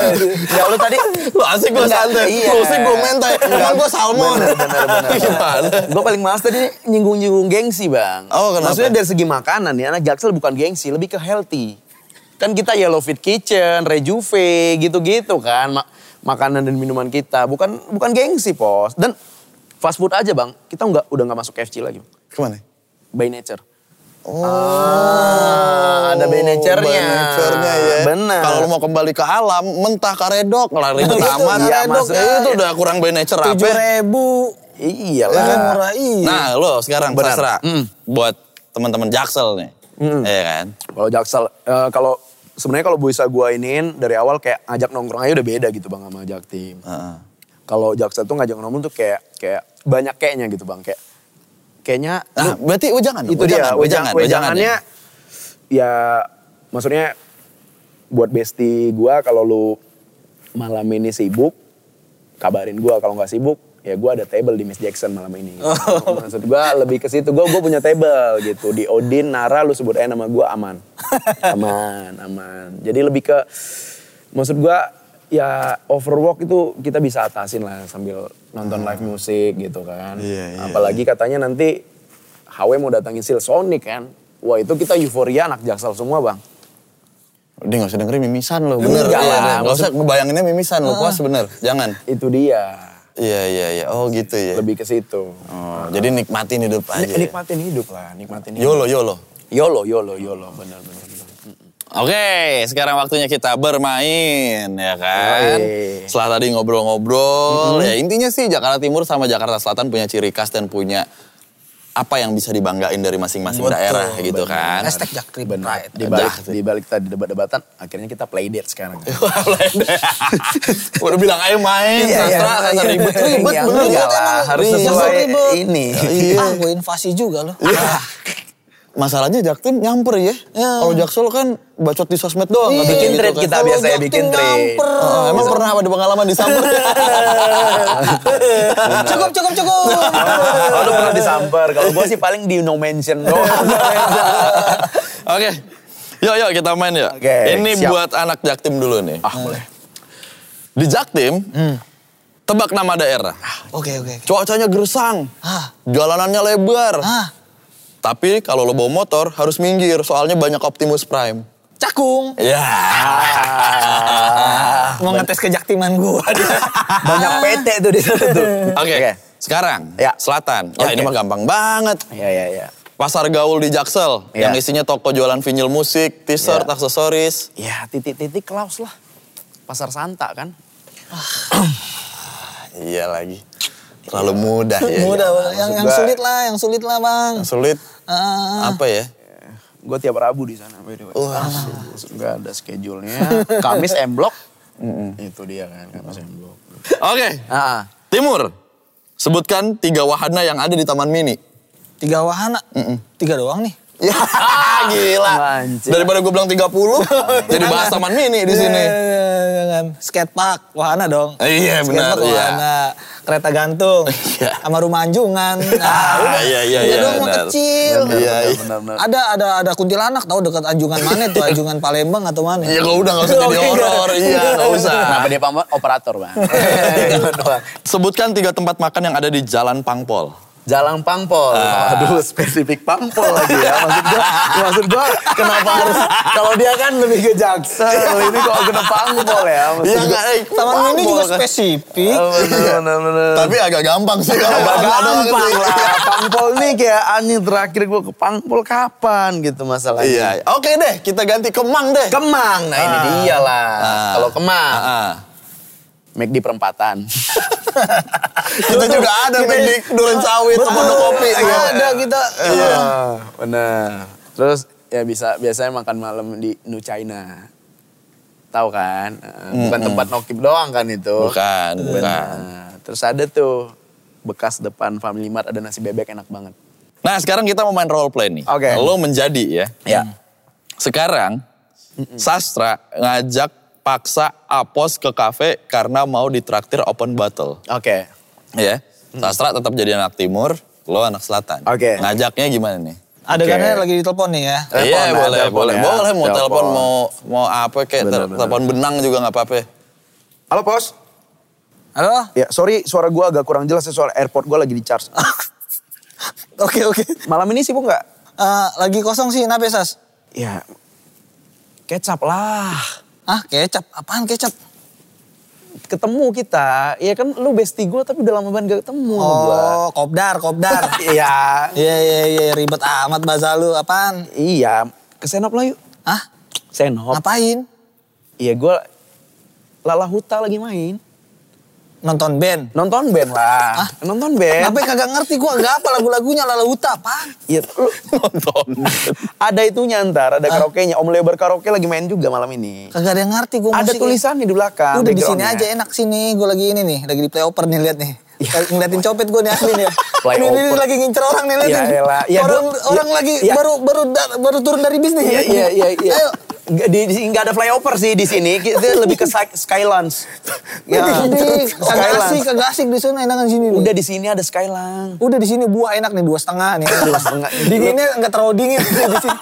ya lu tadi
lo asik gue
Enggak,
santai.
iya.
Lo usik gue mentai. Emang gue salmon. Iya.
Benar-benar.
Gimana?
Gue paling males tadi nyinggung-nyinggung gengsi bang.
Oh, kenapa?
Maksudnya dari segi makanan nih, anak jaksel bukan gengsi, lebih ke healthy. Kan kita Yellow Fit Kitchen, Rejuve, gitu-gitu kan. ma- makanan dan minuman kita, bukan bukan gengsi pos. Dan fast food aja bang, kita nggak udah nggak masuk KFC lagi.
Kemana?
By nature.
Oh,
Ah, ada by nature-nya.
Nature-nya ya.
Benar.
Kalau lo mau kembali ke alam, mentah karedok, lari
Nah,
ke
itu
taman.
karedok,
maksudnya
ya.
Iya, itu udah kurang by nature apa?
Tujuh ribu.
Iya
Ya kan
lah.
murah iya.
Nah, lo sekarang
Benar. Hmm.
terserah
Mm.
buat teman-teman Jaksel nih. Iya kan?
Kalau Jaksel, eh, kalau sebenarnya kalau bisa gua iniin dari awal kayak ngajak nongkrong aja udah beda gitu bang sama Jaktim.
Heeh.
Kalau Jaksel tuh ngajak nongkrong tuh kayak kayak banyak kayaknya gitu bang kayak kayaknya
Nah,
lu-
berarti wejangan. wejangan,
itu dia
wejangan,
wejangan,
wejangan
wejangannya ya maksudnya buat bestie gua kalau lu malam ini sibuk kabarin gua kalau nggak sibuk ya gua ada table di Miss Jackson malam ini.
Oh.
Maksud gua lebih ke situ. Gua gua punya table gitu di Odin Nara lu sebut aja nama gua aman. Aman, aman. Jadi lebih ke maksud gua ya overwork itu kita bisa atasin lah sambil nonton live music gitu kan.
Hmm. Iya, iya,
Apalagi katanya nanti HW mau datangin Silsonic kan. Wah itu kita euforia anak jaksel semua bang.
Udah gak usah dengerin mimisan lo, bener.
Enggak
Iya,
lah,
iya. Gak usah ngebayanginnya mimisan
Ah.
lo, puas bener. Jangan.
Itu dia.
Iya, iya, iya. Oh gitu ya.
Lebih ke situ.
Oh, jadi nikmatin hidup aja.
Nik-
ya.
Nikmatin hidup lah, nikmatin hidup.
Yolo, yolo.
Yolo, yolo, yolo, benar benar. benar.
Oke, sekarang waktunya kita bermain, ya kan?
Yoi.
Setelah tadi ngobrol-ngobrol, ya intinya sih Jakarta Timur sama Jakarta Selatan punya ciri khas dan punya apa yang bisa dibanggain dari masing-masing
Betul,
daerah gitu kan.
Hashtag Jaktim Pride.
Di balik
Dah.
di balik tadi debat-debatan, akhirnya kita play date sekarang.
Udah bilang ayo main, sastra, sastra ribut, ribut,
Iya,
bener. kan?
enggak
Ribut
lah,
emang.
harus
Ribut,
sesuai
ribut.
ini.
Iya.
Ah, gue invasi juga loh.
Iya. Masalahnya Jaktim nyamper ya. Kalau Jaksel kan bacot di sosmed doang.
Iya,
katanya
bikin
gitu
thread
kan.
kita Iya.
Kalau
biasanya
Jaktim
bikin thread.
nyamper.
Oh, emang pernah ada pengalaman disamper?
cukup, cukup, cukup.
Kalau lu pernah disamper, kalau gua sih paling di Oh. no mention doang.
Oke. Yuk, yuk kita main ya.
Oke,
Ini
siap.
buat anak Jaktim dulu nih.
ah boleh.
Di Jaktim,
Hmm.
tebak nama daerah.
Oke, oke. oke.
Cuacanya gersang,
Ah,
jalanannya lebar.
ah,
Tapi kalau lo bawa motor harus minggir, soalnya banyak Optimus Prime.
cakung.
Ya.
Mau ngetes kejaktiman gue.
Iya,
Banyak PT tuh di sana tuh.
Oke, sekarang
Hmm, Ya.
selatan. Ya ini
Oke.
mah gampang banget.
Ya ya ya.
Pasar gaul di Jaksel
Ya.
yang isinya toko jualan vinyl musik, t-shirt,
Ya.
aksesoris.
Ya titik-titik Klaus lah. Pasar Santa kan.
Iya lagi. Terlalu mudah ya.
Mudah, Bang. yang, yang
gua-
sulit lah, yang sulit lah bang.
Sulit
Ah,
apa ya?
Gue tiap Rabu di sana. by the way. Maksud gua ada schedule-nya. Kamis M Block. Itu dia kan, Kamis M Block.
Oke,
Ah,
Timur. Sebutkan tiga wahana yang ada di Taman Mini.
Tiga wahana. Tiga doang nih.
Ya, gila.
Anjir.
Daripada gue bilang 30, jadi bahas taman mini di sini.
Iya, iya, iya, kan. Skatepark, wahana dong.
Iya, benar,
Skatepark,
iya.
wahana. Kereta gantung.
Iya.
Sama rumah anjungan.
Ah,
udah.
iya, iya,
Udah
iya,
dong, mau
benar.
kecil.
Benar, Iya, benar, iya.
benar, benar.
Ada, ada, ada kuntilanak tau dekat anjungan mana tuh. Anjungan Palembang atau mana.
Ya kalau udah gak usah jadi
Oke,
horor, iya gak usah.
Kenapa dia pam- operator bang?
Sebutkan tiga tempat makan yang ada di Jalan Pangpol.
Jalan Pangpol. Aduh spesifik Pangpol lagi ya. Maksud gua, maksud gua kenapa harus, kalau dia kan lebih ke Jaksel. Ini kok kena Pangpol ya. Maksud
Iya
gua-
nggak, eh,
Taman mini
Pangpol
juga
kan.
spesifik.
Oh, bener, bener, bener.
Tapi agak gampang sih. kalau
Agak
makan doang sih.
gampang lah. Iya, Pangpol nih kayak anjing terakhir gua ke Pangpol kapan gitu masalahnya.
Iya, oke deh kita ganti Kemang deh.
Kemang, nah ini dia lah.
Ah.
Kalau Kemang,
Ah.
make di perempatan.
Kita Iya. juga ada Mendik, Duren Sawit, sama Kopi.
Ada kita.
Ah,
Iya, benar. Terus ya bisa biasanya makan malam di New China. Tahu kan? Eh, Bukan tempat nokip doang kan itu.
Hmm. Bukan, bukan.
Nah, terus ada tuh bekas depan Family Mart ada nasi bebek enak banget.
Nah sekarang kita mau main role play nih.
Oke.
Lo menjadi ya.
Ya.
Sekarang Sastra ngajak paksa Apos ke kafe karena mau ditraktir open battle.
Oke.
Ya. Sastra tetap jadi anak timur, lo anak selatan.
Oke.
Ngajaknya gimana nih?
Adegannya
Oke.
kan lagi ditelepon nih ya.
Telepon,
iya
nah,
boleh,
telepon
boleh,
ya.
boleh mau
Telepon.
telepon mau mau apa kayak
Bener,
tel-
bener.
telepon benang juga nggak apa-apa.
Halo, Bos.
Halo?
Ya, sorry suara gua agak kurang jelas ya soal airport gua lagi di charge.
Oke, oke.
malam ini sibuk nggak?
Eh, lagi kosong sih, kenapa Sas?
Ya. Kecap lah.
Ah, kecap. Apaan kecap?
Ketemu kita. Ya kan lu bestie gua tapi udah lama banget gak ketemu sama gua.
Oh, kopdar, kopdar.
Iya.
Iya, iya, iya. Ribet amat bahasa lu. Apaan?
Iya, ke Senop lah yuk.
Hah?
Senop.
Ngapain?
Iya gue Lala Huta lagi main.
Nonton band.
Nonton band lah.
Hah?
Nonton band.
Ngapain kagak ngerti gua nggak apa lagu-lagunya Lala Huta, apaan?
Iya, lu-
Nonton.
ada itunya ntar, ada karaoke-nya. Om Lebar karaoke lagi main juga malam ini.
Kagak ada yang ngerti gua
Ada ya.
musik.
tulisannya di belakang.
Udah di sini
backgroundnya.
aja ya? enak sini, gua lagi ini nih, lagi di playoper nih lihat nih.
Iya.
Ngeliatin copet gua nih asli nih.
Playoper.
Ini, ini lagi ngincer orang nih liatin.
Ya elah. Ya,
orang
gua-
orang
ya,
lagi
ya.
baru baru da- baru turun dari bis nih.
Iya, iya, iya. iya.
Ayo.
Nggak- Di, di, nggak ada flyover sih di sini, kita lebih ke Sky- Skylands.
Ya. Kagak asik,
Skylands.
kagak asik di sana enakan sini. nih.
Iya. Udah di sini ada Skyland.
Udah di sini buah enak nih dua setengah nih.
Dua setengah.
Dinginnya nggak terlalu dingin sih di sini.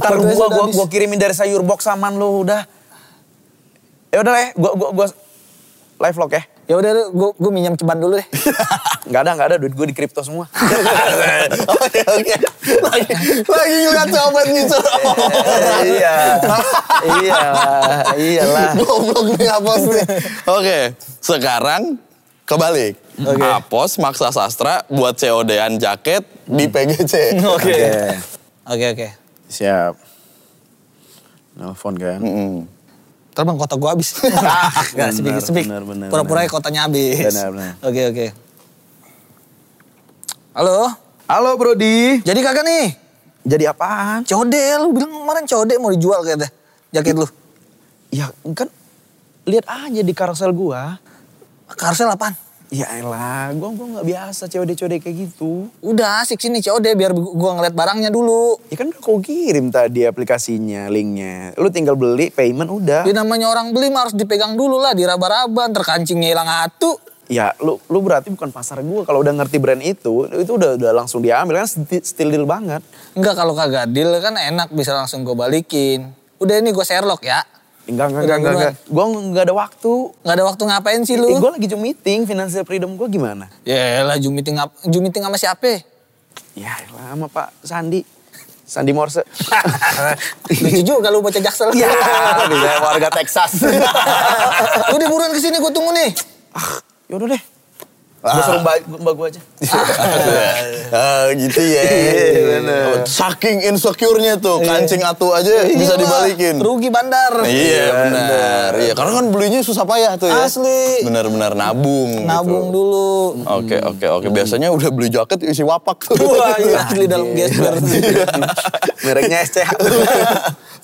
Ntar
Baterainya
gua
sudah
gua
habis.
gua kirimin dari sayur box saman lu udah. Ya udah ya, gua gua gua live vlog ya.
Ya udah, gue gue minjam ceban dulu deh.
Enggak ada, enggak ada duit gua di kripto semua.
Oke oke. Lagi lagi ngeliat sahabat ngincer.
iya. Iya. Iyalah.
Goblok nih Apos nih. Oke, sekarang kebalik. Apos maksa sastra buat COD-an jaket di PGC.
Hmm. Oke.
Oke.
Oke oke.
Siap. Nelfon kan.
Mm.
Ntar bang kota gue habis. Gak
benar,
sepik sepik.
benar, benar,
Pura-pura
benar.
kotanya habis.
Benar, benar.
Oke oke. Halo.
Halo Brodi.
Jadi kagak nih.
Jadi apaan?
Code lu bilang kemarin code mau dijual kayaknya. Jaket lu.
Ya kan lihat aja di karosel gua.
Karsel apaan?
Ya elah, gua gua nggak biasa COD-COD kayak gitu.
Udah asik sini COD biar gua ngeliat barangnya dulu.
Ya kan udah kau kirim tadi aplikasinya, linknya. Lu tinggal beli, payment udah.
Dia namanya orang beli mah harus dipegang dulu lah diraba-raba ntar kancingnya hilang atu.
Ya lu lu berarti bukan pasar gua kalau udah ngerti brand itu, itu udah udah langsung diambil kan sti- still deal banget.
Enggak kalau kagak deal kan enak bisa langsung gue balikin. Udah ini gue Sherlock ya.
Enggak enggak enggak
Udah
enggak. enggak. Gua enggak ada waktu.
Nggak ada waktu ngapain sih
Eh,
lu?
gua lagi jam meeting, financial freedom gua gimana?
Ya lah Zoom meeting, ap- Zoom meeting sama siapa?
Ya elah sama Pak Sandi. Sandi Morse.
Lucu juga lu baca jaksel.
Iya.
ya,
Ah,
dia warga Texas.
Udah buruan kesini gue tunggu nih.
ah, yaudah deh. Gua suruh mbak, mbak gua aja.
Ah, gitu ya.
Iya, bener.
Saking insecure-nya tuh, kancing atu aja bisa
Iya,
dibalikin.
Rugi bandar.
Iya benar. Iya, karena kan belinya susah payah tuh ya.
Asli.
Benar-benar nabung.
Nabung
gitu.
dulu. Hmm.
Oke oke oke. Biasanya udah beli jaket isi wapak tuh.
Wah, iya, asli dalam gesper.
Iya.
Mereknya SCH.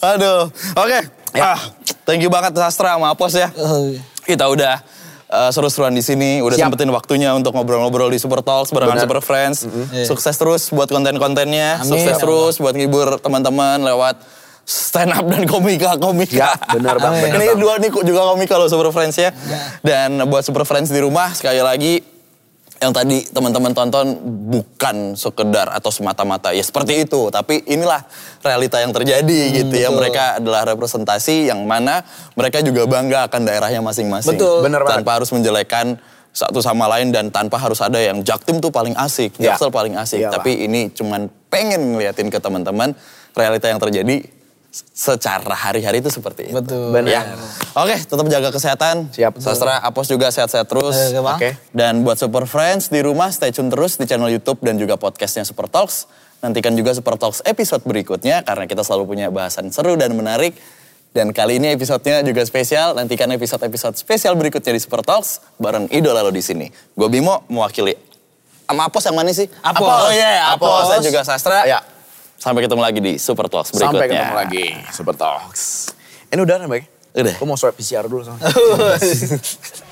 Aduh. Oke. Ah, thank you banget Sastra sama Apos ya.
Eh,
Kita udah eh, seru-seruan di sini. Udah
Siap.
sempetin waktunya untuk ngobrol-ngobrol di Super Talks barengan
Benar.
Super
Mm-hmm.
Friends.
Iya.
Sukses terus buat konten-kontennya.
Amin.
Sukses
Ya
terus buat ngibur teman-teman lewat stand up dan komika-komika.
Ya, benar, Bang,
Ini
benar, Bang.
dua nih juga komika loh Super Friends ya. Dan buat Super Friends di rumah sekali lagi yang tadi teman-teman tonton bukan sekedar atau semata-mata ya seperti itu tapi inilah realita yang terjadi
Hmm,
gitu ya mereka adalah representasi yang mana mereka juga bangga akan daerahnya masing-masing
Betul.
Bener banget.
tanpa harus menjelekan satu sama lain dan tanpa harus ada yang jaktim tuh paling asik
Iya.
Ya.
jaksel paling asik
Iyalah.
tapi ini cuman pengen ngeliatin ke teman-teman realita yang terjadi secara hari-hari itu seperti itu
Betul.
Benar.
ya oke tetap jaga kesehatan
Siap.
sastra apos juga sehat-sehat terus
Oke, Bang.
Oke.
dan buat Super Friends di rumah stay tune terus di channel YouTube dan juga podcastnya Super Talks. Nantikan juga Super Talks episode berikutnya karena kita selalu punya bahasan seru dan menarik. Dan kali ini episodenya juga spesial. Nantikan episode-episode spesial berikutnya di Super Talks bareng idola lo di sini. Gue Bimo mewakili. Sama Apos yang mana sih?
Apos.
Oh iya, Apos.
Apos.
Saya juga Sastra.
Ya.
Sampai ketemu lagi di Super Talks berikutnya.
Sampai ketemu lagi. Super Talks. Ini udah kan, nih, Bang?
Udah.
Gue mau swab PCR dulu soalnya.